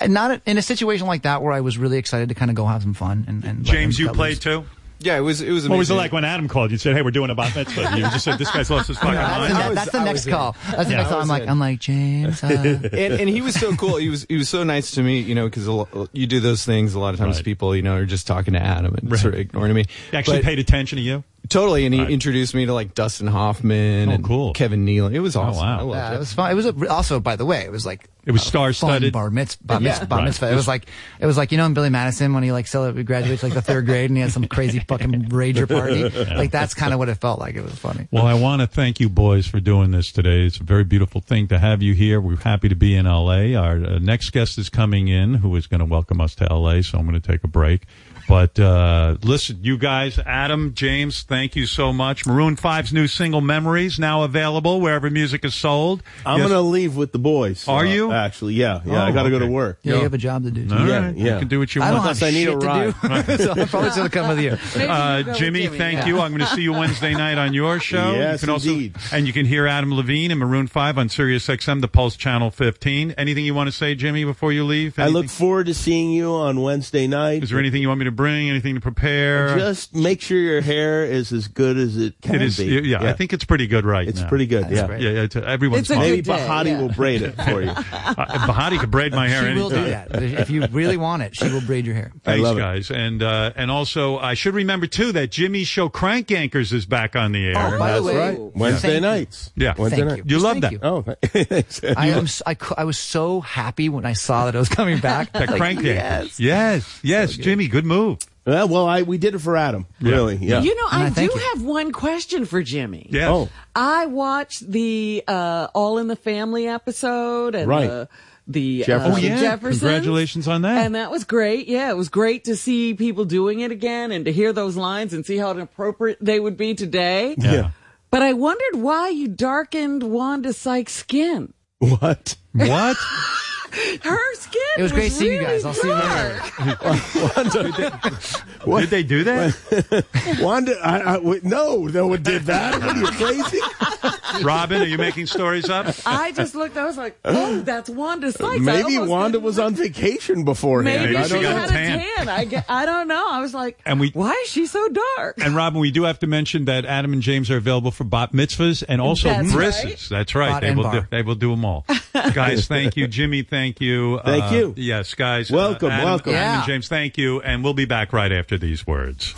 S2: N- not in a situation like that where I was really excited to kind of go have some fun. And, and let
S1: James,
S2: them
S1: you
S2: cut
S1: played
S2: loose.
S1: too?
S5: Yeah, it was. It was.
S1: What was it
S5: amazing.
S1: like when Adam called you and said, hey, we're doing a bat mitzvah? You just said, this guy's lost his fucking
S2: That's, the,
S1: mind.
S5: I was-
S2: that's the
S5: I
S2: next
S5: was in.
S2: call. That's the
S5: Yeah,
S2: next
S5: I
S2: call. I'm
S5: was
S2: like,
S5: in.
S2: I'm like James. Uh,
S5: and, and he was so cool. He was he was so nice to me, you know, because you do those things a lot of times.
S1: Right.
S5: People, you know, are just talking to Adam and
S1: Right.
S5: sort of ignoring me.
S1: He actually
S5: But-
S1: paid attention to you?
S5: totally, and he
S1: Right.
S5: introduced me to like Dustin Hoffman
S1: Oh,
S5: and
S1: cool. Oh,
S5: Kevin Nealon. It was awesome.
S1: wow.
S5: I loved
S2: yeah,
S5: it.
S2: it was fun. It was a, also, by the way, it was like
S1: It was
S2: a
S1: star-studded.
S2: fun Bar mitzvah. Bar
S5: Yeah.
S2: mitzvah, bar
S1: Right.
S2: mitzvah. It was like it was like you know in Billy Madison when he like celebrated graduates like the third grade and he had some crazy fucking rager party. Like that's kind of what it felt like. It was funny.
S1: Well, I want to thank you boys for doing this today. It's a very beautiful thing to have you here. We're happy to be in LA. Our uh, next guest is coming in who is going to welcome us to LA, so I'm going to take a break. But uh, listen, you guys, Adam, James, Thank you so much. Maroon 5's new single Memories now available wherever music is sold.
S3: I'm
S1: Yes-
S3: gonna leave with the boys.
S1: Are
S3: uh,
S1: you?
S3: actually? Yeah, yeah. I
S1: Oh,
S3: gotta go
S1: okay.
S3: to work.
S2: Yeah, you have a job to do.
S1: All
S3: Yeah,
S1: right,
S3: yeah.
S1: You can do what you
S2: I don't
S1: want.
S2: have
S3: Unless I need
S2: shit
S3: a
S2: to do, so I'll probably still come with you.
S4: Maybe
S1: Uh,
S4: you go with
S1: Jimmy, thank
S4: Yeah.
S1: you. I'm going to see you Wednesday night on your show.
S3: Yes,
S1: you can also,
S3: indeed.
S1: And you can hear Adam Levine and Maroon 5 on Sirius XM, the Pulse Channel 15. Anything you want to say, Jimmy, before you leave?
S3: I look
S1: Anything-
S3: forward to seeing you on Wednesday night.
S1: Is there anything you want me to bring? Anything to prepare?
S3: Just make sure your hair is as good as it can
S1: it is.
S3: be.
S1: Yeah, I think it's pretty good right
S3: it's
S1: now.
S3: pretty good.
S2: That's
S3: yeah.
S2: great.
S1: Yeah, yeah it's, everyone's
S4: It's a
S1: fine.
S3: Maybe
S4: Good day,
S3: Bahati
S4: yeah.
S3: will braid it for you.
S1: Uh, Bahati could braid my hair.
S2: She will
S1: anytime.
S2: do that. If you really want it, she will braid your hair.
S3: I
S1: Thanks,
S3: love it.
S1: guys, and uh, and also I should remember too that Jimmy's show Crank Anchors is back on the air.
S2: Oh, by the
S3: That's
S2: way,
S3: right. Wednesday
S2: thank you.
S3: nights.
S1: Yeah.
S3: Wednesday
S2: Thank
S3: night.
S2: you.
S1: You
S2: Just
S1: love
S2: thank
S1: that.
S2: you.
S3: Oh, thanks.
S2: I am. s- I, cou- I was so happy when I saw that I was coming back.
S1: That
S2: Like,
S1: Crank Anchors. Yes,
S2: yes.
S1: yes, Jimmy, good move.
S3: well, well, I we did it for Adam. Really? Yeah.
S4: You know,
S2: And
S4: I
S2: I
S4: do
S2: thank you.
S4: have one question for Jimmy.
S1: Yes.
S3: Oh.
S4: I watched the uh, All in the Family episode and
S3: Right.
S4: the, the uh,
S3: Jefferson.
S1: Oh, yeah.
S4: Jeffersons.
S1: Congratulations on that.
S4: And that was great. Yeah, it was great to see people doing it again and to hear those lines and see how inappropriate they would be today.
S3: Yeah.
S4: But I wondered why you darkened Wanda Sykes' skin.
S3: What?
S1: What?
S4: Her skin.
S2: It was great seeing you
S4: really
S2: guys. I'll see you
S4: dark.
S2: later.
S3: What?
S1: Did they do that?
S3: Wanda? I, I, wait, no, no one did that. What are you crazy?
S1: Robin, are you making stories up?
S4: I just looked. I was like, "Oh, that's Wanda Sykes." I
S3: Maybe
S4: almost
S3: Wanda
S4: didn't
S3: was on vacation beforehand.
S4: Maybe
S1: Yeah,
S3: I
S4: she
S3: don't know.
S4: had a tan. I, ge- I don't know. I was like,
S1: And we-
S4: why is she so dark?
S1: And Robin, we do have to mention that Adam and James are available for bat mitzvahs and also
S4: That's
S1: brisses.
S4: right.
S1: That's right.
S2: Bat
S1: they
S2: and
S1: will do,
S2: bar.
S1: they will do them all. guys, thank you, Jimmy. Thank you. Uh,
S3: Thank you.
S1: Yes, guys.
S3: Welcome,
S1: Adam,
S3: welcome.
S1: Adam and
S2: Yeah.
S1: James, thank you, and we'll be back right after these words.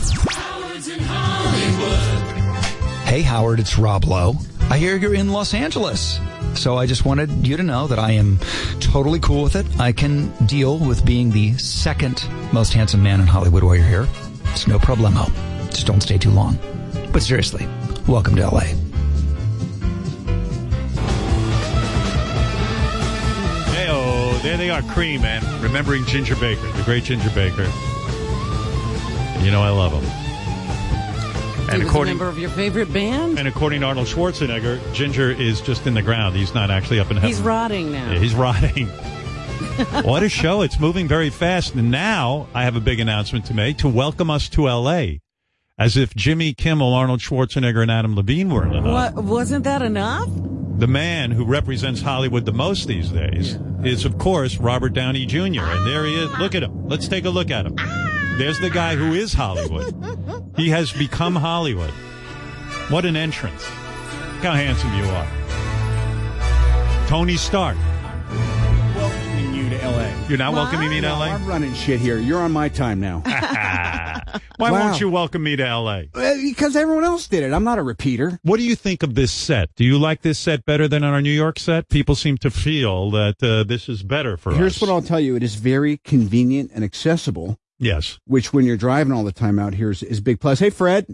S7: Hey Howard, it's Rob Lowe. I hear you're in Los Angeles. So I just wanted you to know that I am totally cool with it. I can deal with being the second most handsome man in Hollywood while you're here. It's no problemo. Just don't stay too long. But seriously, welcome to LA.
S1: Hey, oh, there they are, Cream, man. Remembering Ginger Baker, the great Ginger Baker. You know I love him.
S4: He
S1: And
S4: was a
S1: according,
S4: member of your favorite band.
S1: and according to Arnold Schwarzenegger, Ginger is just in the ground. He's not actually up in heaven.
S4: He's rotting now.
S1: Yeah, he's rotting. what a show. It's moving very fast. And now I have a big announcement to make to welcome us to L.A. As if Jimmy Kimmel, Arnold Schwarzenegger, and Adam Levine weren't enough.
S4: what wasn't that enough?
S1: The man who represents Hollywood the most these days is, of course, Robert Downey Jr. And there he is. Look at him. Let's take a look at him. There's the guy who is Hollywood. He has become Hollywood. What an entrance. Look how handsome you are. Tony Stark.
S8: Welcoming you to LA.
S1: You're not welcoming me to LA?
S8: I'm running shit here. You're on my time now.
S1: Why
S8: Wow.
S1: won't you welcome me to LA?
S8: Uh, because everyone else did it. I'm not a repeater.
S1: What do you think of this set? Do you like this set better than our New York set? People seem to feel that uh, this is better for
S8: Here's
S1: us.
S8: what I'll tell you. It is very convenient and accessible,
S1: yes.
S8: which when you're driving all the time out here is, is big plus. Hey, Fred.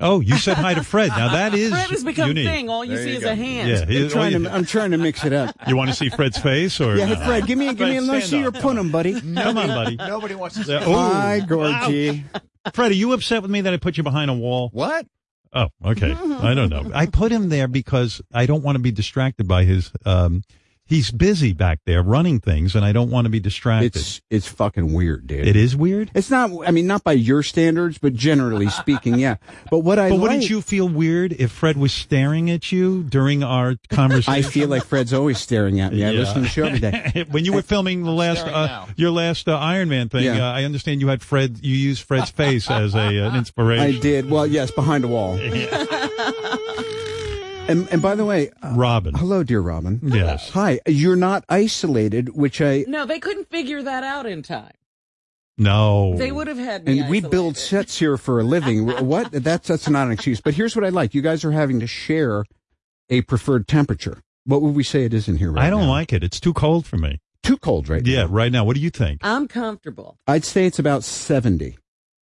S1: Oh, you said hi to Fred. Now that is
S4: Fred has become
S1: unique.
S4: thing. All you see is a hand.
S1: Yeah, he-
S8: I'm
S1: oh,
S8: trying,
S1: you,
S8: to, I'm trying to mix it up.
S1: you want to see Fred's face or
S8: Yeah,
S1: no?
S8: hey, Fred, give me a, give me a
S1: Fred,
S8: nice
S1: stand
S8: see your
S1: up.
S8: punum, buddy.
S1: Come on, buddy.
S7: Nobody wants to
S1: Uh,
S8: Hi,
S1: oh,
S8: Gorgie.
S1: Fred, are you upset with me that I put you behind a wall?
S7: What?
S1: Oh, okay. I don't know. I put him there because I don't want to be distracted by his. Um, he's busy back there running things, and I don't want to be distracted.
S8: It's it's fucking weird, dude.
S1: it is weird.
S8: It's not. I mean, not by your standards, but generally speaking, yeah. But what I
S1: But
S8: like,
S1: wouldn't you feel weird if Fred was staring at you during our conversation?
S8: I feel like Fred's always staring at me. I
S1: Yeah.
S8: listen to the show every day.
S1: when you were filming the last uh, your last uh, Iron Man thing,
S8: Yeah.
S1: uh, I understand you had Fred. You used Fred's face as a uh, an
S8: I
S1: inspiration.
S8: did. Well, yes, behind a wall. and and by the way, uh,
S1: Robin.
S8: hello, dear Robin.
S1: Yes.
S8: Hi. You're not isolated, which I
S4: No, they couldn't figure that out in time.
S1: No.
S4: They would have had me.
S8: and we
S4: isolated.
S8: build sets here for a living. what? That's that's not an excuse. But here's what I like. You guys are having to share a preferred temperature. What would we say it is in here? Right
S1: I don't
S8: now?
S1: like it. It's too cold for me.
S8: too cold right
S1: Yeah,
S8: now.
S1: right now. What do you think?
S4: I'm comfortable.
S8: I'd say it's about seventy.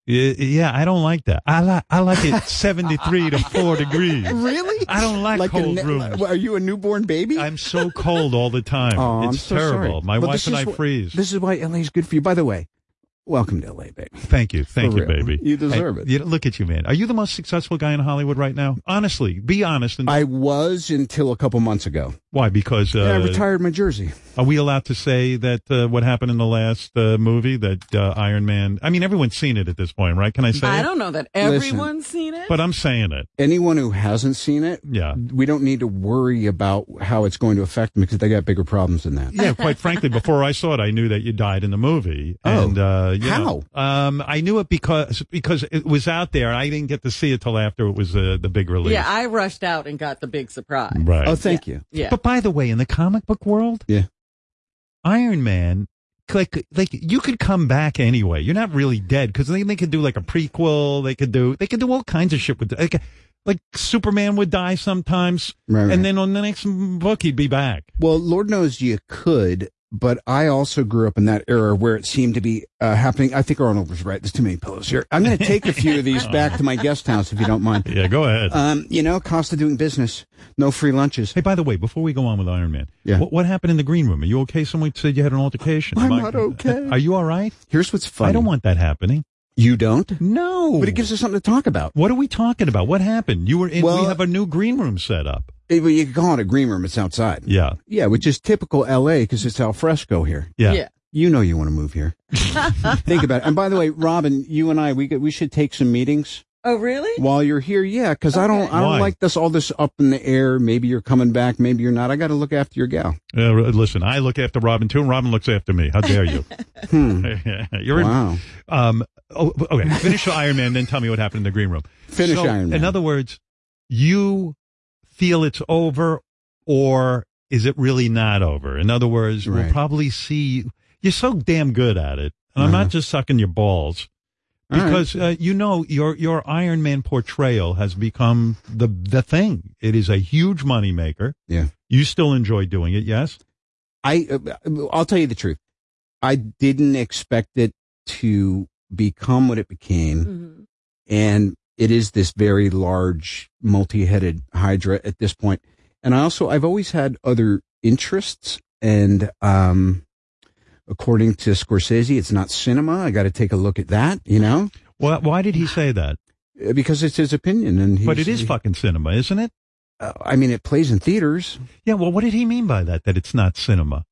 S1: Y- Yeah, I don't like that. I like I like it 73 to 4 degrees.
S8: Really?
S1: I don't like
S8: a
S1: cold
S8: ne-
S1: rooms.
S8: Are you a newborn baby?
S1: I'm so cold all the time.
S8: Aw, I'm
S1: it's
S8: so
S1: terrible.
S8: sorry.
S1: My
S8: Well,
S1: wife
S8: this
S1: and
S8: is
S1: I
S8: wh-
S1: freeze.
S8: This is why LA is good for you. By the way, Welcome to LA, baby.
S1: Thank you. Thank
S8: For
S1: you,
S8: real.
S1: baby.
S8: You deserve
S1: Hey,
S8: it.
S1: you know, look at you, man. Are you the most successful guy in Hollywood right now? Honestly, be honest. And
S8: I was until a couple months ago.
S1: why? Because uh,
S8: yeah, I retired my jersey.
S1: are we allowed to say that uh, what happened in the last uh, movie that uh, Iron Man? I mean, everyone's seen it at this point, right? Can I say?
S4: I
S1: it?
S4: don't know that
S8: Listen.
S4: everyone's seen it.
S1: But I'm saying it.
S8: Anyone who hasn't seen it,
S1: Yeah.
S8: we don't need to worry about how it's going to affect them because they got bigger problems than that.
S1: Yeah, quite frankly, before I saw it, I knew that you died in the movie.
S8: Oh.
S1: and, uh, you
S8: How?
S1: know, um, I knew it because because it was out there. I didn't get to see it till after it was uh, the big release.
S4: yeah, I rushed out and got the big surprise.
S1: right.
S8: Oh, thank you.
S4: Yeah.
S1: But by the way, in the comic book world,
S8: Yeah.
S1: Iron Man, like, like you could come back anyway. You're not really dead because they they could do like a prequel. They could do they could do all kinds of shit with like, like Superman would die sometimes,
S8: Right, right.
S1: and then on the next book he'd be back.
S8: Well, Lord knows you could, but I also grew up in that era where it seemed to be uh, happening. I think Arnold was right. There's too many pillows here. I'm going to take a few of these back to my guest house if you don't mind.
S1: Yeah, go ahead.
S8: Um, you know, cost of doing business, no free lunches.
S1: Uh, Hey, by the way, before we go on with Iron Man,
S8: Yeah.
S1: what, what happened in the green room? Are you okay? Someone said you had an altercation.
S8: I'm
S1: Am I-
S8: not okay.
S1: Are you all right?
S8: Here's what's funny.
S1: I don't want that happening.
S8: you don't,
S1: No.
S8: but it gives us something to talk about.
S1: What are we talking about? What happened? You were in. we
S8: Well-
S1: have a new green room set up.
S8: Eh, well, You can call it a green room. It's outside.
S1: Yeah.
S8: Yeah, which is typical LA because it's al fresco here.
S1: Yeah.
S4: yeah.
S8: You know you want to move here. Think about it. And by the way, Robin, you and I, we could, we should take some meetings
S4: Oh, really?
S8: while you're here. Yeah, because I don't I don't
S1: Why?
S8: like this all this up in the air. Maybe you're coming back, maybe you're not. I got to look after your gal.
S1: Uh, r- listen, I look after Robin too, and Robin looks after me. How dare you?
S8: Hmm.
S1: You're in-
S8: Wow.
S1: um. Oh, okay. Finish Iron Man, then tell me what happened in the green room.
S8: Finish
S1: So,
S8: Iron Man.
S1: In other words, you feel it's over, or is it really not over? In other words, we'll
S8: Right.
S1: probably see you. You're so damn good at it, and I'm
S8: Uh-huh.
S1: not just sucking your balls
S8: All right.
S1: because uh, you know your your Iron Man portrayal has become the the thing. It is a huge moneymaker.
S8: Yeah.
S1: You still enjoy doing it, yes?
S8: I uh, I'll tell you the truth. I didn't expect it to become what it became.
S4: Mhm.
S8: and it is this very large multi-headed hydra at this point and i also i've always had other interests and um according to scorsese it's not cinema i got to take a look at that you know
S1: Why, why did he say that?
S8: Uh, because it's his opinion and he's,
S1: But it is fucking cinema, isn't it?
S8: uh, i mean it plays in theaters
S1: Yeah, well, what did he mean by that, that it's not cinema?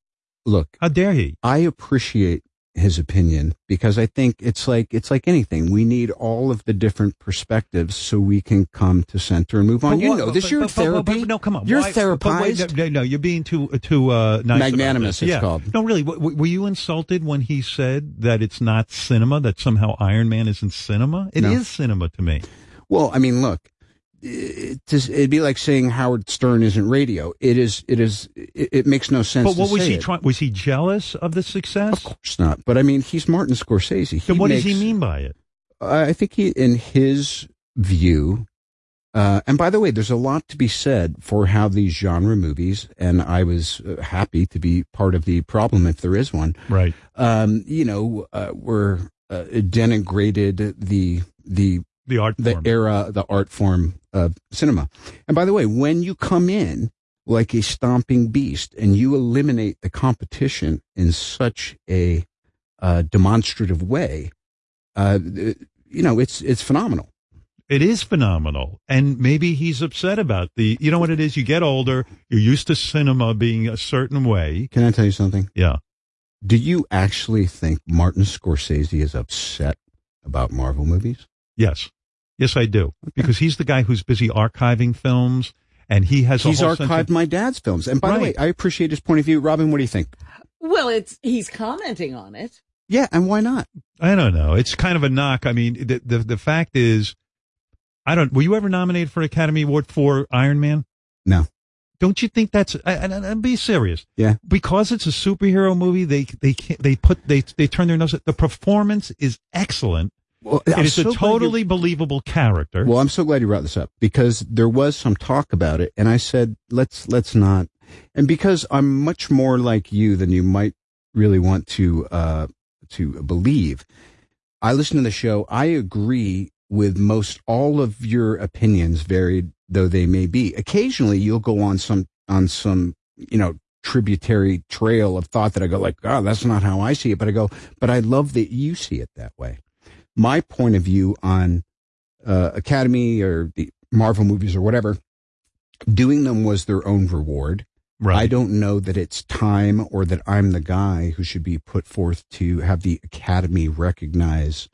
S8: look
S1: How dare he?
S8: i appreciate his opinion because i think it's like it's like anything we need all of the different perspectives so we can come to center and move on
S1: But
S8: you
S1: what-
S8: know
S1: but-
S8: this
S1: but-
S8: you're
S1: but- but-
S8: therapy
S1: but- but no, come on.
S8: you're
S1: Why- but wait,
S8: therapized.
S1: no, no, you're being too too uh, nice. about
S8: Magnanimous,
S1: this.
S8: it's
S1: yeah.
S8: called.
S1: No, really. W- were you insulted when he said that it's not cinema? That somehow Iron Man isn't cinema? It is
S8: No.
S1: cinema to me.
S8: Well, I mean, look, it just, it'd be like saying Howard Stern isn't radio. It is. It is. It, it makes no sense.
S1: but what
S8: to
S1: was
S8: say
S1: he
S8: it.
S1: trying? Was he jealous of the success?
S8: Of course not. But I mean, he's Martin Scorsese. He
S1: Then what does
S8: makes-
S1: he mean by it?
S8: I I think he, in his view, uh, and by the way, there's a lot to be said for how these genre movies, and I was uh, happy to be part of the problem if there is one.
S1: Right.
S8: Um, you know, uh, were uh, denigrated the the
S1: The art
S8: the
S1: form.
S8: era, the art form of cinema. And by the way, when you come in like a stomping beast and you eliminate the competition in such a uh, demonstrative way, uh, th- you know it's it's phenomenal.
S1: It is phenomenal. And maybe he's upset about the, you know what it is? You get older, you're used to cinema being a certain way.
S8: Can I tell you something?
S1: Yeah.
S8: Do you actually think Martin Scorsese is upset about Marvel movies?
S1: Yes. Yes, I do. Because he's the guy who's busy archiving films and he has
S8: He's
S1: a whole sense
S8: archived
S1: of-
S8: my dad's films, and by the way,
S1: Right.
S8: I appreciate his point of view. Robin, what do you think?
S4: Well, it's he's commenting on it.
S8: Yeah, and why not?
S1: I don't know. It's kind of a knock. I mean, the, the, the fact is, I don't, were you ever nominated for Academy Award for Iron Man?
S8: No.
S1: Don't you think that's? I- And and- and be serious.
S8: Yeah.
S1: Because it's a superhero movie, they they can't, they put they they turn their nose. at- The performance is excellent.
S8: Well,
S1: it is a
S8: totally.
S1: totally believable character.
S8: Well, I'm so glad you brought this up because there was some talk about it, and I said let's let's not, and because I'm much more like you than you might really want to uh, to believe. I listen to the show. I agree with most all of your opinions, varied though they may be. Occasionally, you'll go on some on some you know tributary trail of thought that I go like, oh, that's not how I see it. But I go, but I love that you see it that way. My point of view on uh, Academy or the Marvel movies or whatever, doing them was their own reward.
S1: Right.
S8: I don't know that it's time or that I'm the guy who should be put forth to have the Academy recognize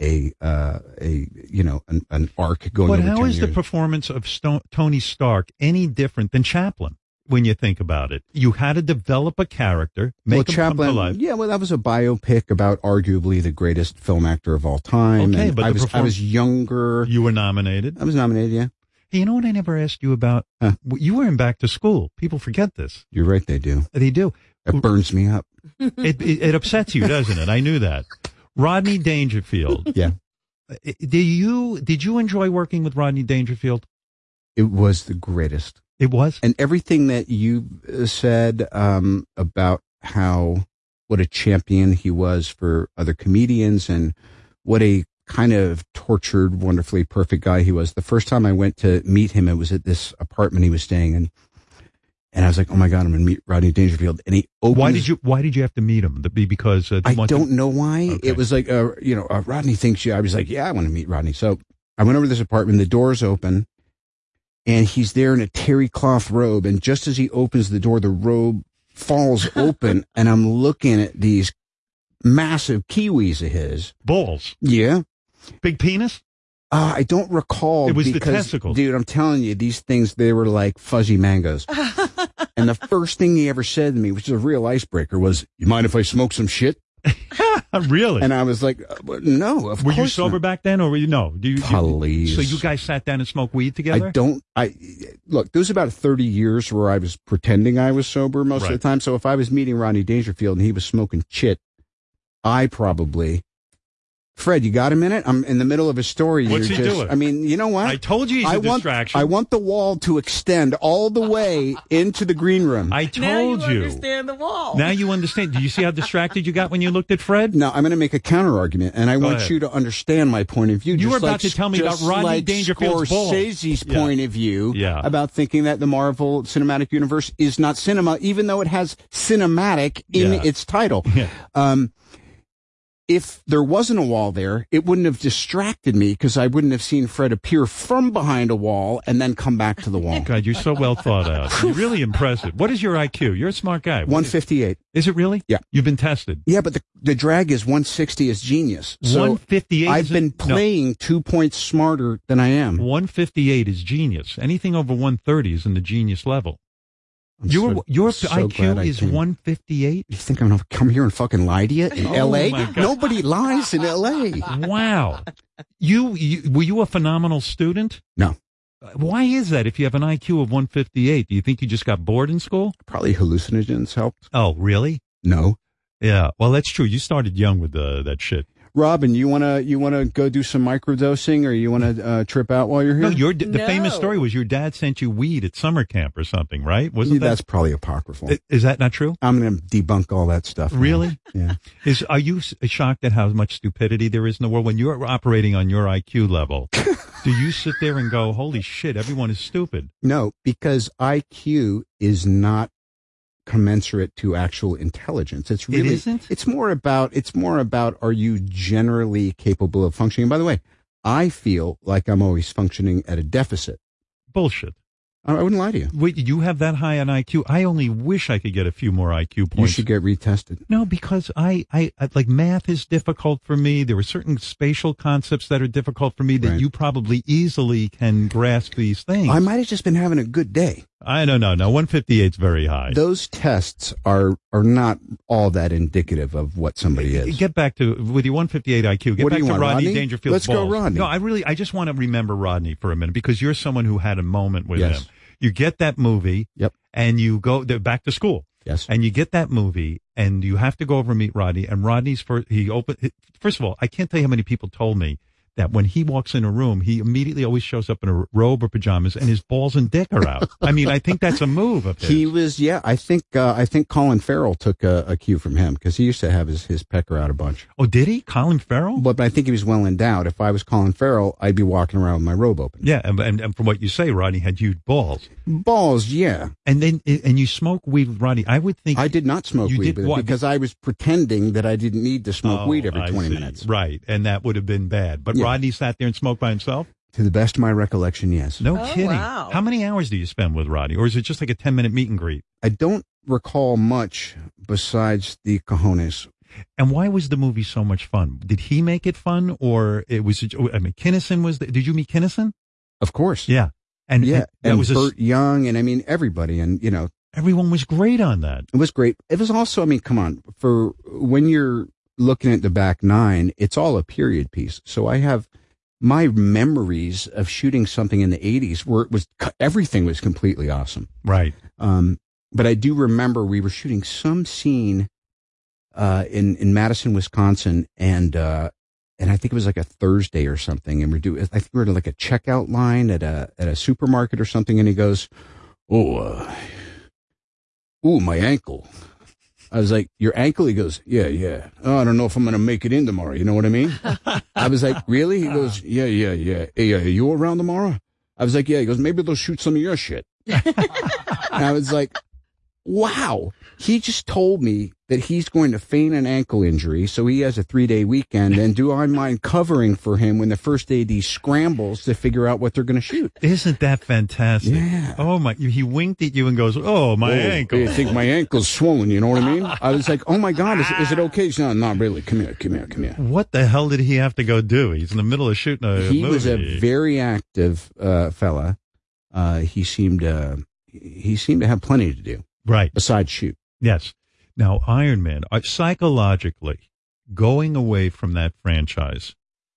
S8: a uh, a you know an, an arc going.
S1: But
S8: over
S1: how
S8: 10
S1: is the
S8: years.
S1: performance of Sto- Tony Stark any different than Chaplin? When you think about it, you had to develop a character, make him come to life.
S8: Yeah, well, that was a biopic about arguably the greatest film actor of all time.
S1: Okay,
S8: and
S1: but
S8: I
S1: the
S8: was I
S1: perform-
S8: was younger.
S1: You were nominated.
S8: I was nominated. Yeah,
S1: Hey, you know what? I never asked you about.
S8: Uh. Huh.
S1: You were in Back to School. People forget this.
S8: you're right. They do.
S1: They do.
S8: It burns me up.
S1: It, it, it upsets you, doesn't it? I knew that. Rodney Dangerfield. Uh,
S8: Yeah,
S1: I- Do you did you enjoy working with Rodney Dangerfield?
S8: it was the greatest.
S1: It was.
S8: And everything that you uh, said um, about how what a champion he was for other comedians and what a kind of tortured, wonderfully perfect guy he was. The first time I went to meet him, it was at this apartment he was staying in. And I was like, oh my God, I'm going to meet Rodney Dangerfield. And he opened
S1: Why did you Why did you have to meet him? The- be- Because uh,
S8: I
S1: want to-
S8: don't know why.
S1: Okay.
S8: It was like, uh, you know, uh, Rodney thinks you. I was like, yeah, I want to meet Rodney. So I went over to this apartment. The door's open, and he's there in a terry cloth robe. And just as he opens the door, the robe falls open, and I'm looking at these massive kiwis of his.
S1: balls,
S8: Yeah.
S1: big penis.
S8: Uh, I don't recall.
S1: It was the
S8: because,
S1: testicles.
S8: dude. I'm telling you, these things they were like fuzzy mangoes. and the first thing he ever said to me, which is a real icebreaker, was, "You mind if I smoke some shit?"
S1: really?
S8: And I was like, uh, but no, of
S1: were you
S8: course
S1: sober
S8: not.
S1: back then, or were you no? Do you, you-
S8: Please.
S1: so you guys sat down and smoked weed together?
S8: I don't. I look. There was about thirty years where I was pretending I was sober most of
S1: Right.
S8: the time. So if I was meeting Ronnie Dangerfield and he was smoking chit, I probably. Fred, you got a minute? I'm in the middle of a story.
S1: What's
S8: You're
S1: he
S8: just,
S1: doing?
S8: I mean, you know what?
S1: I told you he's a
S8: I want,
S1: distraction.
S8: I want the wall to extend all the way into the green room.
S1: I
S4: now you,
S1: told
S4: understand the wall.
S1: Now you understand. Do you see how distracted you got when you looked at Fred?
S8: now I'm going to make a counter argument, and I
S1: Go
S8: want
S1: ahead.
S8: you to understand my point of view.
S1: You
S8: just
S1: were about
S8: like-
S1: to tell me about
S8: just
S1: Rodney
S8: like
S1: Dangerfield's balls.
S8: Scorsese's
S1: Yeah.
S8: point of view
S1: Yeah.
S8: about thinking that the Marvel Cinematic Universe is not cinema, even though it has cinematic in
S1: Yeah.
S8: its title.
S1: Yeah.
S8: Um, if there wasn't a wall there, it wouldn't have distracted me because I wouldn't have seen Fred appear from behind a wall and then come back to the wall.
S1: God, you're so well thought out. You're really impressive. What is your IQ? You're a smart guy. What
S8: One
S1: is-
S8: fifty-eight.
S1: Is it really?
S8: Yeah.
S1: You've been tested.
S8: Yeah, but the the drag is one sixty is genius. So
S1: 158
S8: I've
S1: is a-
S8: been
S1: no.
S8: playing two points smarter than I am.
S1: 158 is genius. Anything over 130 is in the genius level.
S8: I'm
S1: your
S8: so-
S1: your
S8: I'm so glad
S1: IQ
S8: I
S1: is
S8: came.
S1: 158.
S8: You think I'm gonna come here and fucking lie to you in
S1: Oh
S8: L.A.?
S1: my God.
S8: Nobody lies in L.A.
S1: Wow. you, you were you a phenomenal student?
S8: No,
S1: Uh, Why is that? If you have an IQ of 158, do you think you just got bored in school?
S8: probably hallucinogens helped.
S1: Oh, really?
S8: No,
S1: Yeah. Well, that's true. You started young with uh, that shit.
S8: Robin, you wanna you wanna go do some microdosing or you wanna uh, trip out while you're here?
S1: No, your the famous
S4: No.
S1: story was your dad sent you weed at summer camp or something, right? Wasn't
S8: that's
S1: that?
S8: probably apocryphal.
S1: i- Is that not true?
S8: I'm gonna debunk all that stuff. now.
S1: Really?
S8: Yeah.
S1: Is are you s- shocked at how much stupidity there is in the world when you're operating on your IQ level? do you sit there and go, "Holy shit, everyone is stupid"?
S8: No, because IQ is not commensurate to actual intelligence. It's
S1: It
S8: really
S1: isn't?
S8: It's more about it's more about are you generally capable of functioning? By the way, I feel like I'm always functioning at a deficit.
S1: Bullshit.
S8: I, I wouldn't lie to you.
S1: Wait, you have that high on IQ? I only wish I could get a few more IQ
S8: You
S1: points.
S8: should get retested.
S1: no, because I, I, I, like math is difficult for me. There are certain spatial concepts that are difficult for me that
S8: Right.
S1: you probably easily can grasp these things.
S8: I might have just been having a good day.
S1: I don't know. No, 158 is very high.
S8: Those tests are are not all that indicative of what somebody is.
S1: Get back to with your 158 IQ. Get
S8: What do
S1: back
S8: you
S1: to
S8: want,
S1: Rodney,
S8: Rodney?
S1: Dangerfield.
S8: Let's go,
S1: balls.
S8: Rodney.
S1: No, I really, I just want to remember Rodney for a minute because you're someone who had a moment with
S8: Yes.
S1: him. You get that movie,
S8: Yep.
S1: and you go they're back to school,
S8: Yes.
S1: and you get that movie, and you have to go over and meet Rodney. And Rodney's first, he opened. First of all, I can't tell you how many people told me that when he walks in a room, he immediately always shows up in a robe or pajamas, and his balls and dick are out. I mean, I think that's a move of his.
S8: He was, yeah. I think uh, I think Colin Farrell took a, a cue from him because he used to have his, his pecker out a bunch.
S1: oh, did he? Colin Farrell?
S8: But, but I think he was well endowed. If I was Colin Farrell, I'd be walking around with my robe open.
S1: Yeah, and, and, and from what you say, Rodney had huge balls,
S8: Balls, yeah.
S1: and then and you smoke weed with Rodney. I would think
S8: I did not smoke
S1: You
S8: weed
S1: did
S8: with him
S1: what?
S8: because I was pretending that I didn't need to smoke
S1: Oh,
S8: weed every
S1: I
S8: 20
S1: see.
S8: minutes.
S1: Right, and that would have been bad. But
S8: Yeah.
S1: Rodney sat there and smoked by himself?
S8: To the best of my recollection, yes.
S1: No
S4: Oh,
S1: kidding.
S4: wow.
S1: How many hours do you spend with Rodney? Or is it just like a 10 minute meet and greet?
S8: I don't recall much besides the cojones.
S1: And why was the movie so much fun? Did he make it fun or it was, I mean, Kinnison was, the, did you meet Kinnison?
S8: Of course.
S1: Yeah. And,
S8: yeah.
S1: and that
S8: and
S1: was a s-
S8: Burt Young and I mean everybody and you know
S1: everyone was great on that.
S8: It was great. It was also, I mean, come on, for when you're looking at the back nine, it's all a period piece. So I have my memories of shooting something in the 80s where it was everything was completely awesome.
S1: Right.
S8: Um, but I do remember we were shooting some scene uh, in in Madison, Wisconsin, and uh, and I think it was like a Thursday or something, and we're do I think we we're at like a checkout line at a at a supermarket or something, and he goes, "Oh, uh, ooh, my ankle." I was like, "Your ankle?" He goes, "Yeah, yeah." Oh, I don't know if I'm gonna make it in tomorrow. You know what I mean? I was like, "Really?" He goes, "Yeah, yeah, yeah. Hey, uh, you around tomorrow?" I was like, "Yeah." He goes, "Maybe they'll shoot some of your shit." And I was like, wow. He just told me that he's going to feign an ankle injury, so he has a three day weekend. And do I mind covering for him when the first AD scrambles to figure out what they're going to shoot?
S1: Isn't that fantastic?
S8: Yeah.
S1: Oh my, he winked at you and goes, Oh, my
S8: Whoa,
S1: ankle.
S8: You think my ankle's swollen? You know what I mean? I was like, oh my God, is, is it okay? He's not, not really. Come here, come here, come here.
S1: What the hell did he have to go do? He's in the middle of shooting a
S8: he
S1: Uh, movie.
S8: was a very active uh, fella. Uh, he seemed uh, he seemed to have plenty to do
S1: right.
S8: besides shoot.
S1: Yes. Now, Iron Man, uh, psychologically, going away from that franchise,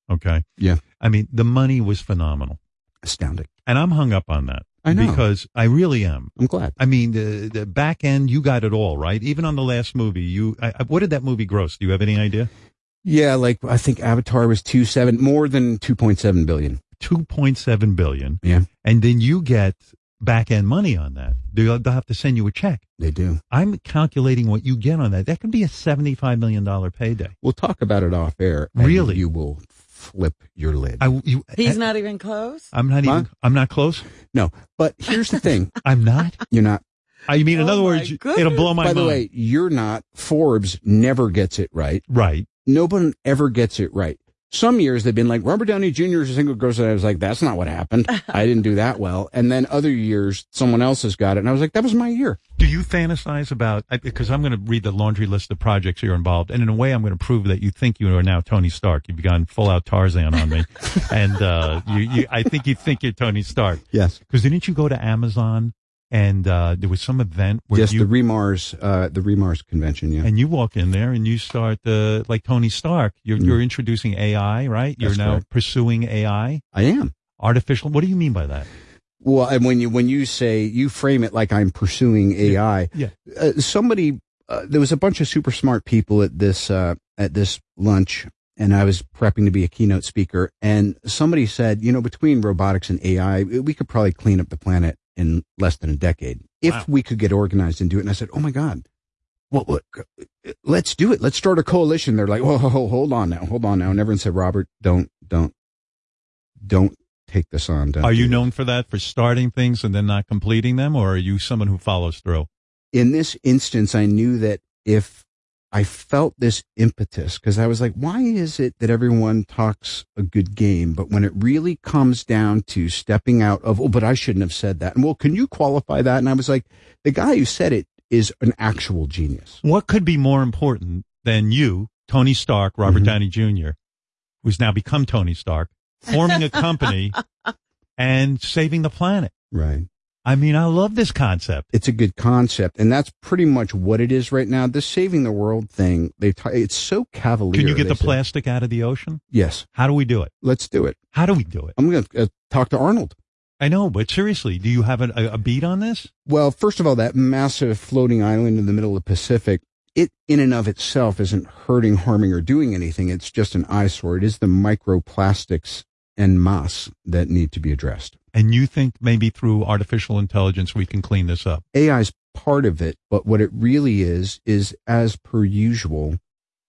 S1: okay?
S8: Yeah,
S1: I mean, the money was phenomenal.
S8: astounding.
S1: And I'm hung up on that.
S8: I know.
S1: Because I really am.
S8: I'm glad.
S1: I mean, the, the back end, you got it all, right? Even on the last movie, you, I, I- what did that movie gross? Do you have any idea?
S8: Yeah, like I think Avatar was two seven more than two point seven billion.
S1: 2.7 billion.
S8: Yeah,
S1: And then you get back end money on that. They'll, they'll have to send you a check.
S8: they do.
S1: I'm calculating what you get on that. That could be a $75 million payday.
S8: We'll talk about it off air. and
S1: Really?
S8: you will flip your lid.
S1: I, you,
S4: He's not even close.
S1: I'm not
S8: Huh?
S1: even, I'm not close.
S8: no, but here's the thing:
S1: I'm not.
S8: you're not.
S1: I mean, in
S4: Oh
S1: other
S4: my
S1: words, you- it'll
S4: goodness.
S1: blow my
S8: by
S1: mind.
S8: the way, you're not. Forbes never gets it right.
S1: right?
S8: No one ever gets it right. Some years they've been like Robert Downey Jr. is a single gross, and I was like, "That's not what happened. I didn't do that well." And then other years, someone else has got it, and I was like, "That was my year."
S1: Do you fantasize about? I- Because I'm going to read the laundry list of projects you're involved, and in a way, I'm going to prove that you think you are now Tony Stark. You've gone full out Tarzan on me, and uh, you, you, I think you think you're Tony Stark.
S8: Yes,
S1: Because didn't you go to Amazon and uh, there was some event where
S8: yes.
S1: you
S8: the Remars, uh, the Remars convention. Yeah,
S1: and you walk in there and you start uh, like Tony Stark. You're,
S8: Mm.
S1: you're introducing AI, right? You're
S8: That's
S1: now
S8: correct.
S1: pursuing AI,
S8: I am.
S1: artificial. What do you mean by that?
S8: Well, and when you when you say you frame it like I'm pursuing AI,
S1: Yeah.
S8: Uh, somebody uh, there was a bunch of super smart people at this uh, at this lunch, and I was prepping to be a keynote speaker, and somebody said, you know, between robotics and AI, we could probably clean up the planet in less than a decade if
S1: Wow.
S8: we could get organized and do it. And I said, oh my god. What, what, let's do it. Let's start a coalition. They're like, whoa, whoa, whoa, hold on now, hold on now. And everyone said, Robert, don't, don't, don't take this on. Don't
S1: Are
S8: do
S1: you
S8: this."
S1: known for that, for starting things and then not completing them, or are you someone who follows through?
S8: in this instance, I knew that if I felt this impetus, because I was like, why is it that everyone talks a good game? But when it really comes down to stepping out of, oh, but I shouldn't have said that. And well, can you qualify that? And I was like, the guy who said it is an actual genius.
S1: What could be more important than you, Tony Stark, Robert
S8: Mhm.
S1: Downey Jr., who's now become Tony Stark, forming a company and saving the planet?
S8: Right.
S1: I mean, I love this concept.
S8: It's a good concept. And that's pretty much what it is right now. This saving the world thing, they t- it's so cavalier.
S1: Can you get
S8: they
S1: the
S8: said.
S1: plastic out of the ocean?
S8: Yes.
S1: How do we do it?
S8: Let's do it.
S1: How do we do it?
S8: I'm going to uh, talk to Arnold.
S1: I know, but seriously, do you have a, a, a beat on this?
S8: Well, first of all, that massive floating island in the middle of the Pacific it in and of itself isn't hurting, harming, or doing anything. It's just an eyesore. It is the microplastics and mass that need to be addressed.
S1: And you think maybe through artificial intelligence we can clean this up?
S8: AI is part of it, but what it really is is, as per usual,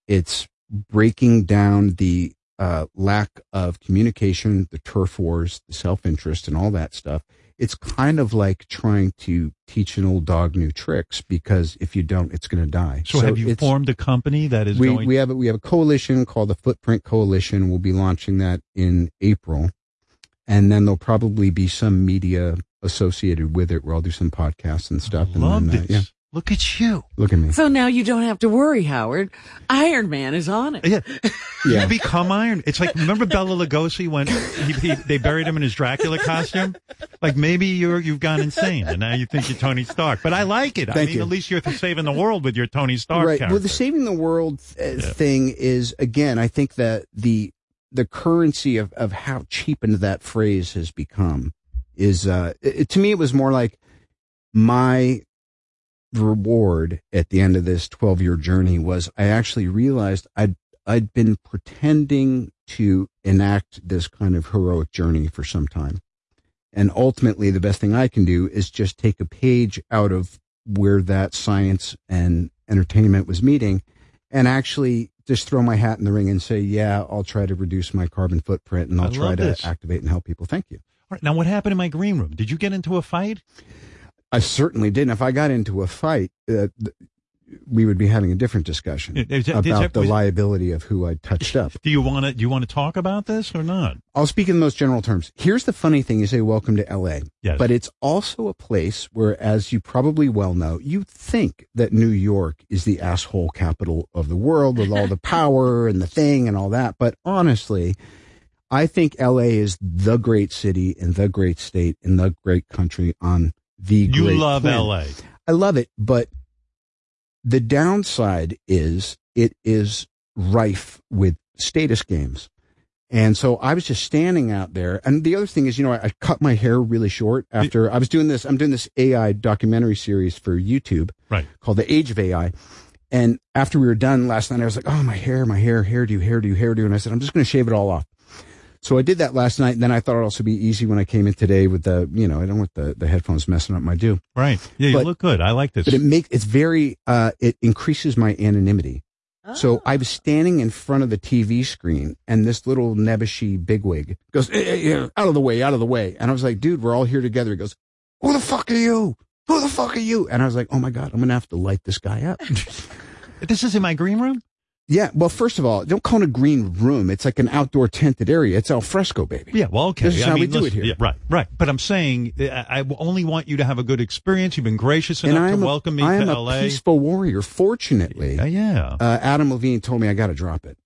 S8: it's breaking down the uh, lack of communication, the turf wars, the self-interest, and all that stuff. It's kind of like trying to teach an old dog new tricks because if you don't, it's going to die.
S1: So, have you
S8: it's-
S1: formed a company that is
S8: we,
S1: going?
S8: we have a, we have a coalition called the Footprint Coalition. We'll be launching that in April, and then there'll probably be some media associated with it, where I'll do some podcasts and stuff. and
S1: love
S8: then, uh,
S1: this.
S8: yeah,
S1: Look at you.
S8: look at me.
S4: So now you don't have to worry, Howard. Iron Man is on it.
S1: Yeah.
S8: Yeah.
S1: You become Iron. It's like remember Bella Lugosi when he, he, they buried him in his Dracula costume. Like maybe you're you've gone insane and now you think you're Tony Stark. But I like it. I
S8: Thank
S1: mean,
S8: you.
S1: at least you're saving the world with your Tony Stark
S8: right.
S1: character.
S8: Well, the saving the world uh, thing is again. I think that the the currency of of how cheapened that phrase has become is uh it, to me it was more like my reward at the end of this 12 year journey was I actually realized I'd I'd been pretending to enact this kind of heroic journey for some time. And ultimately the best thing I can do is just take a page out of where that science and entertainment was meeting and actually just throw my hat in the ring and say, yeah, I'll try to reduce my carbon footprint and
S1: I
S8: I'll try
S1: love
S8: to
S1: this.
S8: activate and help people. Thank you.
S1: All right, now, what happened in my green room? Did you get into a fight?
S8: I certainly didn't. If I got into a fight, uh, th- we would be having a different discussion
S1: Is that- is
S8: about
S1: that-
S8: the
S1: was-
S8: liability of who I touched up.
S1: Do you want to? Do you want to talk about this or not?
S8: I'll speak in those general terms. Here's the funny thing: you say "Welcome to L.A."
S1: Yes.
S8: but it's also a place where, as you probably well know, you think that New York is the asshole capital of the world with all the power and the thing and all that. But honestly, I think L.A. is the great city and the great state and the great country on the
S1: you
S8: great
S1: love
S8: planet.
S1: L.A.
S8: I love it, but the downside is it is rife with status games. And so I was just standing out there. And the other thing is, you know, I, I cut my hair really short after I was doing this. I'm doing this AI documentary series for YouTube
S1: Right.
S8: called The Age of AI. And after we were done last night, I was like, oh, my hair, my hair, hairdo, hairdo, hairdo. And I said, I'm just going to shave it all off. So I did that last night. And then I thought it'd also be easy when I came in today with the, you know, I don't want the, the headphones messing up my do
S1: Right. Yeah, you
S8: But-
S1: look good. I like this.
S8: but it makes it's very uh it increases my anonymity so i was standing in front of the tv screen and this little nebbishy bigwig goes "Eh, eh, eh, out of the way out of the way and i was like dude we're all here together he goes who the fuck are you who the fuck are you and i was like oh my god i'm gonna have to light this guy up
S1: this is in my green room.
S8: yeah well first of all don't call it a green room it's like an outdoor tented area it's al fresco baby
S1: Yeah, well, okay.
S8: This is
S1: I
S8: how
S1: mean,
S8: we do it
S1: listen-
S8: here.
S1: yeah, right, right. But I'm saying uh, I, I only want you to have a good experience. You've been gracious enough
S8: i'm
S1: to
S8: a-
S1: welcome me
S8: I am
S1: to
S8: a
S1: LA.
S8: peaceful warrior fortunately
S1: yeah, yeah.
S8: uh, adam levine told me i gotta drop it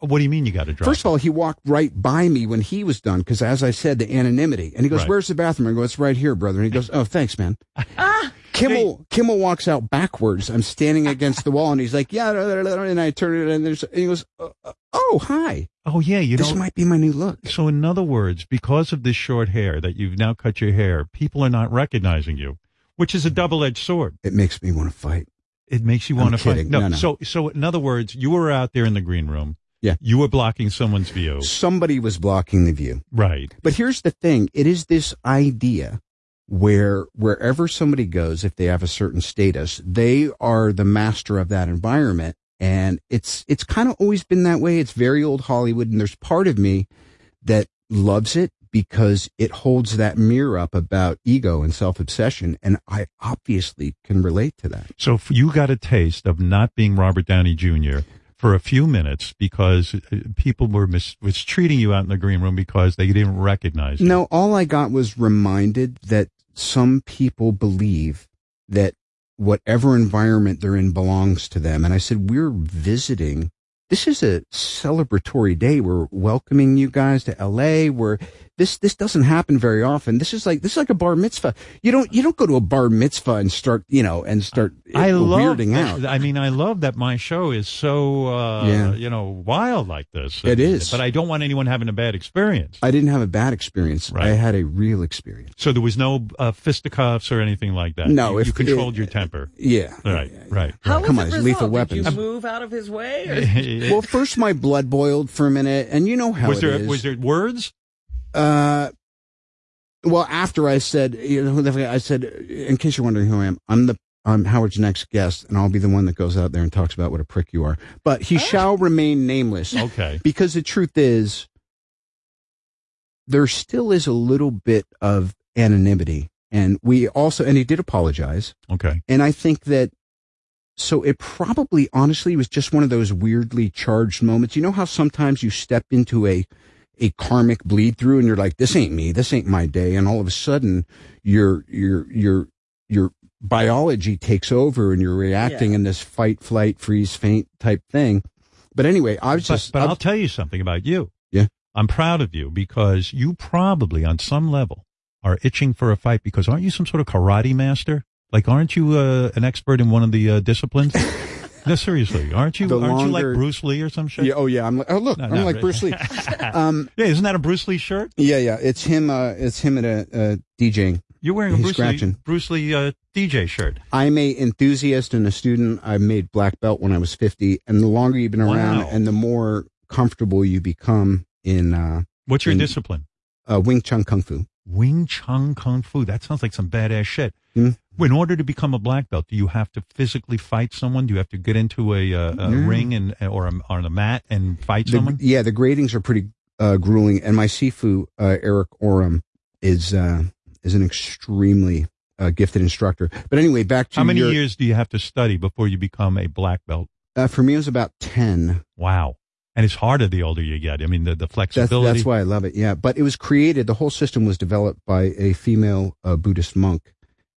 S1: what do you mean you got to drop?
S8: First of all, he walked right by me when he was done because, as I said, the anonymity. And he goes,
S1: Right.
S8: "Where's the bathroom?" I go, "It's right here, brother." And he goes, "Oh, thanks, man." Kimmel Kimmel walks out backwards. I'm standing against the wall, and he's like, "Yeah," blah, blah, blah," and I turn it, and there's, and he goes, "Oh, "Oh, hi.
S1: Oh yeah, you
S8: this
S1: know.
S8: might be my new look."
S1: so in other words, because of this short hair that you've now cut your hair, people are not recognizing you, which is a double-edged sword.
S8: It makes me want to fight.
S1: It makes you
S8: I'm
S1: want to fight.
S8: kidding. No, no.
S1: So so in other words, you were out there in the green room.
S8: Yeah.
S1: You were blocking someone's view.
S8: Somebody was blocking the view.
S1: Right.
S8: But here's the thing it is this idea where wherever somebody goes, if they have a certain status, they are the master of that environment. And it's, it's kind of always been that way. It's very old Hollywood. And there's part of me that loves it because it holds that mirror up about ego and self obsession. And I obviously can relate to that.
S1: So if you got a taste of not being Robert Downey Jr. for a few minutes because uh, people were mis- mistreating you out in the green room because they didn't recognize you.
S8: No, all I got was reminded that some people believe that whatever environment they're in belongs to them. And I said, We're visiting. This is a celebratory day. We're welcoming you guys to LA. We're This this doesn't happen very often. This is like this is like a bar mitzvah. You don't you don't go to a bar mitzvah and start you know and start
S1: I
S8: uh,
S1: love
S8: weirding
S1: that-
S8: out.
S1: I mean, I love that my show is so uh,
S8: Yeah.
S1: you know wild like this.
S8: It is.
S1: but I don't want anyone having a bad experience.
S8: I didn't have a bad experience.
S1: Right.
S8: I had a real experience.
S1: So there was no uh, fisticuffs or anything like that.
S8: No,
S1: you,
S8: if-
S1: you controlled your temper.
S8: Yeah.
S1: Right, right.
S4: How was
S8: Come
S4: it
S8: on, it's
S4: resolved?
S8: lethal
S4: Did
S8: weapons.
S4: you move out of his way? Or?
S8: Well, first my blood boiled for a minute, and you know how
S1: was
S8: it
S1: there
S8: is.
S1: was there words?
S8: Uh, well, after I said, you know, I said, in case you're wondering who I am, I'm the I'm Howard's next guest, and I'll be the one that goes out there and talks about what a prick you are. But he shall remain nameless
S1: Okay.
S8: because the truth is, there still is a little bit of anonymity, and we also, and he did apologize,
S1: Okay.
S8: and I think that. So it probably honestly was just one of those weirdly charged moments. You know how sometimes you step into a a karmic bleed through and you're like this ain't me this ain't my day and all of a sudden your your your your biology takes over and you're reacting in this fight flight freeze faint type thing but anyway i was
S1: But,
S8: just
S1: but
S8: I-
S1: I'll tell you something about you.
S8: Yeah.
S1: I'm proud of you because you probably, on some level, are itching for a fight because aren't you some sort of karate master? Like, aren't you uh, an expert in one of the uh, disciplines? no, seriously, aren't you?
S8: The
S1: aren't you like
S8: longer-
S1: Bruce Lee or some shit?
S8: yeah, oh yeah i'm like oh look
S1: No,
S8: i'm
S1: no,
S8: like
S1: right.
S8: bruce lee um
S1: Yeah, isn't that a Bruce Lee shirt?
S8: yeah yeah it's him uh it's him at a, a djing
S1: You're wearing a
S8: He's
S1: Bruce Lee,
S8: scratching.
S1: Bruce Lee uh, DJ shirt.
S8: I'm a enthusiast and a student. I made black belt when I was 50, and the longer you've been around,
S1: Wow.
S8: and the more comfortable you become in uh,
S1: What's your
S8: Mm.
S1: discipline?
S8: uh, Wing Chun Kung Fu.
S1: Wing Chun Kung Fu. That sounds like some badass shit.
S8: Mm.
S1: In order to become a black belt, do you have to physically fight someone? Do you have to get into a, uh, a ring and or a, on a mat and fight
S8: The,
S1: someone?
S8: yeah, the gradings are pretty uh, grueling, and my sifu uh, Eric Oram is uh, is an extremely uh, gifted instructor. But anyway, back to
S1: How many
S8: your-
S1: years do you have to study before you become a black belt?
S8: Uh, for me, it was about 10.
S1: Wow. And it's harder the older you get. I mean, the, the
S8: That's,
S1: flexibility.
S8: that's why I love it. Yeah, but it was created. The whole system was developed by a female uh, Buddhist monk,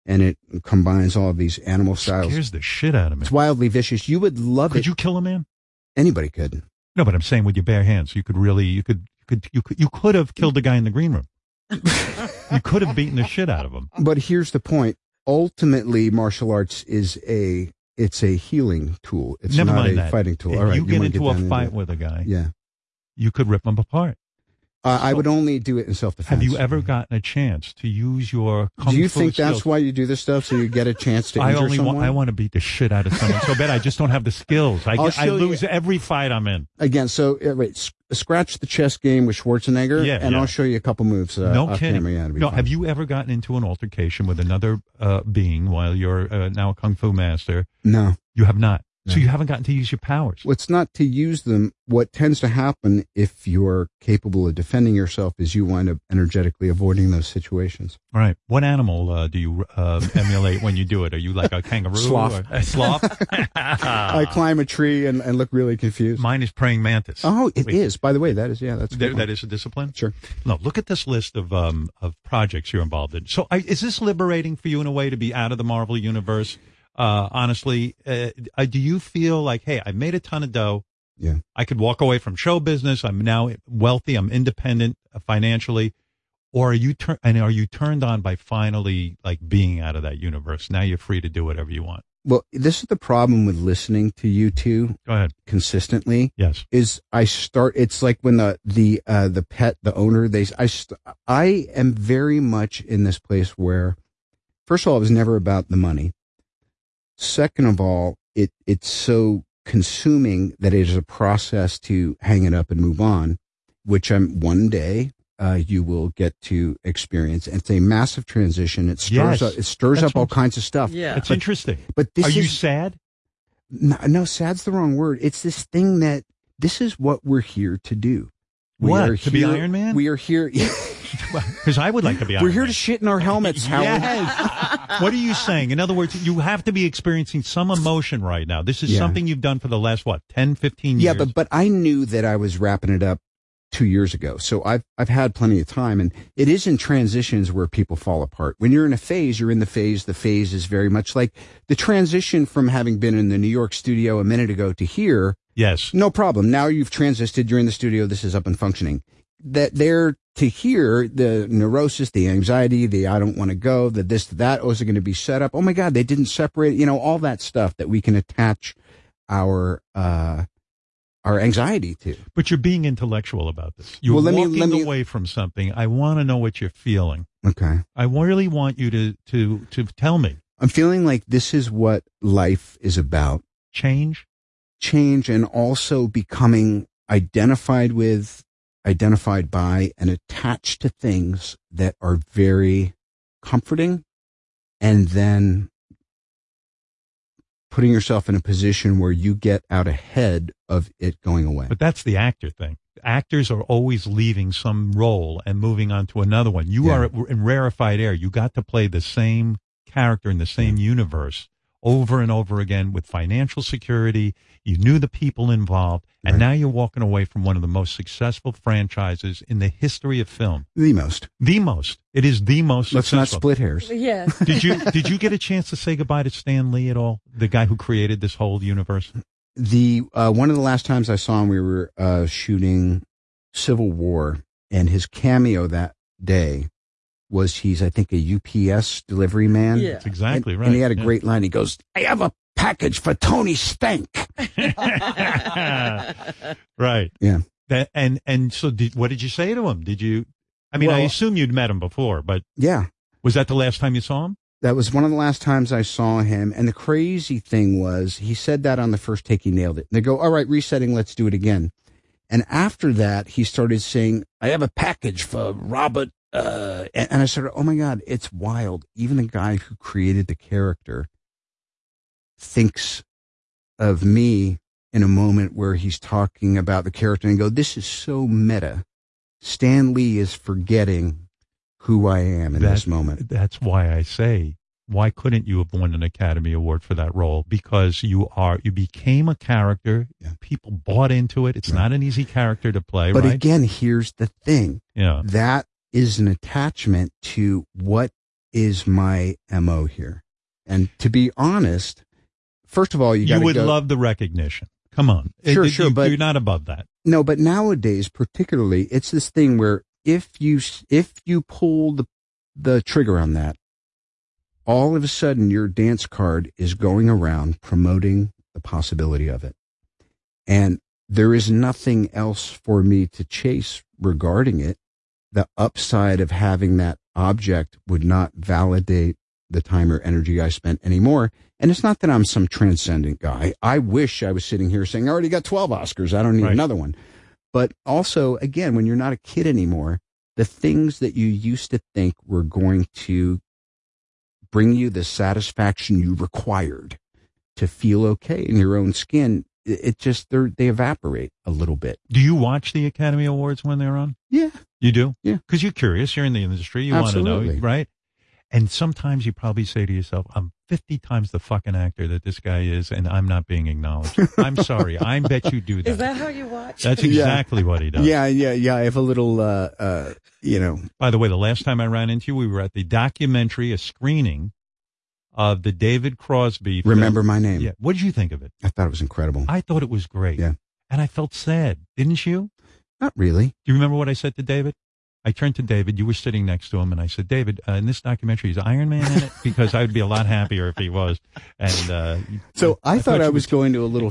S8: and it combines all of these animal styles.
S1: scares the shit out of me.
S8: It's wildly vicious. You would love
S1: Could
S8: it.
S1: you kill a man?
S8: Anybody could.
S1: No, but I'm saying with your bare hands, you could really, you could, you could, you could, you could have killed the guy in the green room. you could have beaten the shit out of him.
S8: But here's the point. Ultimately, martial arts is a it's a healing tool. It's
S1: Never
S8: not
S1: mind
S8: a
S1: that.
S8: fighting tool.
S1: If
S8: All right,
S1: you get
S8: wanna
S1: into a
S8: down
S1: fight
S8: it.
S1: with a guy,
S8: yeah.
S1: you could rip him apart.
S8: Uh, I would only do it in self defense.
S1: Have you ever gotten a chance to use your kung
S8: Do you
S1: fu
S8: think that's
S1: skills?
S8: why you do this stuff so you get a chance to
S1: I
S8: injure
S1: only
S8: someone?
S1: want, I want to beat the shit out of someone so bad. I just don't have the skills. I,
S8: I'll
S1: I
S8: show you.
S1: lose every fight I'm in.
S8: Again, so uh, wait, s- scratch the chess game with Schwarzenegger,
S1: Yeah,
S8: and
S1: yeah.
S8: I'll show you a couple moves. Uh,
S1: no
S8: off
S1: kidding.
S8: Camera. Yeah, it'll be
S1: no,
S8: fun.
S1: have you ever gotten into an altercation with another uh, being while you're uh, now a kung fu master?
S8: No.
S1: You have not. So
S8: No.
S1: you haven't gotten to use your powers.
S8: Well, it's not to use them. What tends to happen if you're capable of defending yourself is you wind up energetically avoiding those situations.
S1: All right. What animal uh, do you uh, emulate when you do it? Are you like a kangaroo?
S8: Sloth.
S1: Or a sloth? Ah.
S8: I climb a tree and, and look really confused.
S1: Mine is praying mantis.
S8: oh, it is.
S1: Wait.
S8: By the way, that is yeah, that's a good
S1: There,
S8: one.
S1: that is a discipline.
S8: Sure.
S1: No, look at this list of um, of projects you're involved in. So, I, is this liberating for you in a way to be out of the Marvel universe? Uh, honestly, uh, uh, do you feel like, hey, I made a ton of dough.
S8: Yeah.
S1: I could walk away from show business. I'm now wealthy. I'm independent uh, financially. Or are you tur- and are you turned on by finally like being out of that universe? Now you're free to do whatever you want.
S8: Well, this is the problem with listening to you two
S1: Go ahead.
S8: consistently.
S1: Yes.
S8: Is I start. It's like when the the uh, the pet, the owner. They I st- I am very much in this place where, first of all, it was never about the money. Second of all, it it's so consuming that it is a process to hang it up and move on, which I'm one day uh, you will get to experience. And it's a massive transition. It stirs
S1: Yes.
S8: up, it stirs
S1: That's
S8: up all
S1: what-
S8: kinds of stuff.
S4: Yeah.
S1: That's
S8: But-
S1: interesting.
S8: But this
S1: are
S8: is
S1: you sad?
S8: no, no, sad's the wrong word. It's this thing that this is what we're here to do. We
S1: What?
S8: are
S1: To be Iron Man?
S8: We are here.
S1: Because I would like to be.
S8: we're
S1: Iron
S8: here
S1: Man.
S8: to shit in our helmets, Howard.
S1: Yes. what are you saying? In other words, you have to be experiencing some emotion right now. This is
S8: Yeah.
S1: something you've done for the last, what, 10, 15
S8: Yeah,
S1: years?
S8: but but I knew that I was wrapping it up two years ago, so I've I've had plenty of time, and it is in transitions where people fall apart. When you're in a phase, you're in the phase. The phase is very much like the transition from having been in the New York studio a minute ago to here.
S1: yes.
S8: No problem. Now you've transisted. You're in the studio. This is up and functioning. That they're to hear the neurosis, the anxiety, the I don't want to go, the this, that, oh, is it going to be set up? Oh my God, they didn't separate, you know, all that stuff that we can attach our, uh, our anxiety to.
S1: But you're being intellectual about this. You're
S8: Well, let me-
S1: walking
S8: let me-
S1: away from something. I want to know what you're feeling.
S8: Okay.
S1: I really want you to to to tell me
S8: I'm feeling like this is what life is about.
S1: change.
S8: change and also becoming identified with, identified by, and attached to things that are very comforting. And then putting yourself in a position where you get out ahead of it going away.
S1: But that's the actor thing. Actors are always leaving some role and moving on to another one. You
S8: Yeah.
S1: are at- in rarefied air. You got to play the same character in the same universe over and over again with financial security. You knew the people involved, and
S8: Right.
S1: now you're walking away from one of the most successful franchises in the history of film.
S8: the most.
S1: The most. It is the most.
S8: Let's not
S1: successful.
S8: split hairs.
S4: Yes.
S1: did you did you get a chance to say goodbye to Stan Lee at all? The guy who created this whole universe.
S8: The uh, one of the last times I saw him, we were uh, shooting Civil War, and his cameo that day was he's I think a UPS delivery man.
S4: Yeah.
S1: That's exactly
S8: and,
S1: right.
S8: And he had a
S1: Yeah.
S8: great line. He goes, "I have a package for Tony Stank."
S1: right.
S8: Yeah.
S1: That and and so did, what did you say to him? Did you? I mean, I
S8: Well-
S1: assume you'd met him before, but
S8: Yeah,
S1: was that the last time you saw him?
S8: that was one of the last times I saw him. And the crazy thing was, he said that on the first take, he nailed it. And they go, "All right, resetting. Let's do it again." And after that, he started saying, "I have a package for Robert." Uh, and, and I started, "Oh my God, it's wild! Even the guy who created the character thinks of me in a moment where he's talking about the character and go, this is so meta. Stan Lee is forgetting who I am in
S1: That-
S8: this moment.
S1: That's why I say, why couldn't you have won an Academy Award for that role? Because you are you became a character.
S8: Yeah.
S1: People bought into it. It's not an easy character to play,
S8: But
S1: right?
S8: again, here's the thing.
S1: yeah.
S8: That is an attachment to what is my MO here. And to be honest, first of all, you,
S1: You
S8: gotta
S1: would
S8: go-
S1: love the recognition. Come on. It-
S8: Sure,
S1: it-
S8: sure,
S1: you-
S8: but-
S1: you're not above that.
S8: No, but nowadays, particularly, it's this thing where if you if you pull the the trigger on that, all of a sudden your dance card is going around promoting the possibility of it, and there is nothing else for me to chase regarding it. The upside of having that object would not validate the time or energy I spent anymore. And it's not that I'm some transcendent guy. I wish I was sitting here saying, I already got 12 Oscars. I don't need
S1: Right.
S8: another one. But also, again, when you're not a kid anymore, the things that you used to think were going to bring you the satisfaction you required to feel okay in your own skin, it, it just, they're, they evaporate a little bit.
S1: Do you watch the Academy Awards when they're on?
S8: Yeah.
S1: You do?
S8: Yeah.
S1: Because you're curious. You're in the industry. You want to know,
S8: Absolutely.
S1: right? And sometimes you probably say to yourself, I'm 50 times the fucking actor that this guy is, and I'm not being acknowledged. I'm sorry. I bet you do that.
S4: Is that how you watch?
S1: That's
S8: Yeah.
S1: exactly what he does.
S8: yeah, yeah. I have a little, uh, uh, you know,
S1: By the way, the last time I ran into you, we were at the documentary, a screening of the David Crosby. film.
S8: remember my name.
S1: Yeah. What did you think of it?
S8: I thought it was incredible.
S1: I thought it was great.
S8: Yeah.
S1: And I felt sad, didn't you?
S8: Not really.
S1: Do you remember what I said to David? I turned to David. You were sitting next to him, and I said, "David, uh, in this documentary, is Iron Man in it? Because I would be a lot happier if he was." And uh,
S8: So I, thought,
S1: you
S8: I
S1: were-
S8: was going to a little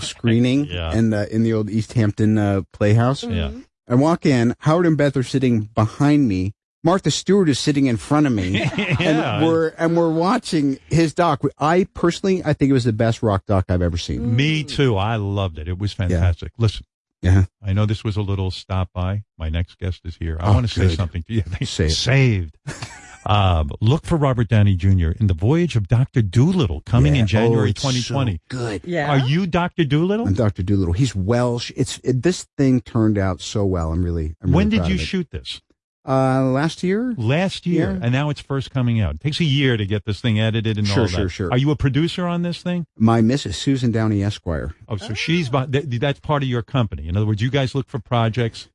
S8: screening
S1: Yeah.
S8: in the in the old East Hampton uh, Playhouse.
S1: yeah,
S8: I walk in. Howard and Beth are sitting behind me. Martha Stewart is sitting in front of me,
S1: Yeah.
S8: and we're and we're watching his doc. I personally, I think it was the best rock doc I've ever seen.
S1: me too. I loved it. It was fantastic. Listen,
S8: Yeah,
S1: I know this was a little stop by. My next guest is here. I
S8: Oh,
S1: want to say
S8: good.
S1: something to you.
S8: Say it.
S1: Saved. um, look for Robert Downey Jr. in the Voyage of Doctor Doolittle coming
S8: Yeah.
S1: in January
S8: Oh, it's
S1: 2020.
S8: so good.
S4: Yeah.
S1: Are you Doctor Doolittle?
S8: I'm Doctor Doolittle. He's Welsh. It's it, this thing turned out so well. I'm really. I'm
S1: When
S8: really
S1: did
S8: proud
S1: you
S8: of it.
S1: shoot this?
S8: Uh, last year.
S1: last year,
S8: Yeah.
S1: and now it's first coming out. It takes a year to get this thing edited and
S8: Sure,
S1: all that.
S8: sure, sure.
S1: Are you a producer on this thing?
S8: My Mrs. Susan Downey Esquire.
S1: Oh, so she's
S8: Ah.
S1: bu- th- th- that's part of your company. In other words, you guys look for projects,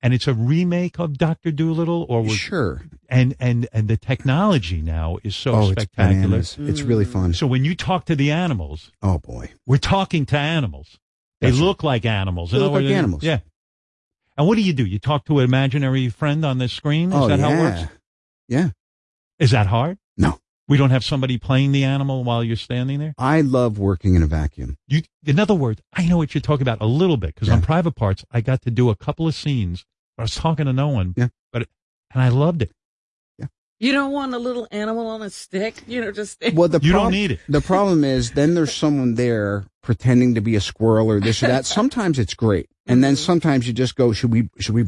S1: and it's a remake of Doctor Doolittle, or was,
S8: Sure.
S1: and and and the technology now is so
S8: oh, it's
S1: spectacular. Mm.
S8: bananas. It's really fun.
S1: so when you talk to the animals,
S8: Oh boy.
S1: we're talking to animals. They
S8: That's right.
S1: look like animals.
S8: They
S1: In
S8: look
S1: other words,
S8: like animals.
S1: Yeah. And what do you do? You talk to an imaginary friend on the screen? Is
S8: oh,
S1: that
S8: yeah.
S1: how it works?
S8: Yeah.
S1: Is that hard?
S8: No.
S1: We don't have somebody playing the animal while you're standing there?
S8: I love working in a vacuum.
S1: You, in other words, I know what you're talking about a little bit because on
S8: Yeah.
S1: private parts, I got to do a couple of scenes. I was talking to no one,
S8: Yeah.
S1: but and I loved it.
S4: You don't want a little animal on a stick, you know, just
S8: Well, the
S1: You don't
S8: prob-
S1: need it.
S8: The problem is then there's someone there pretending to be a squirrel or this or that. Sometimes it's great, and then sometimes you just go, "Should we? Should we?"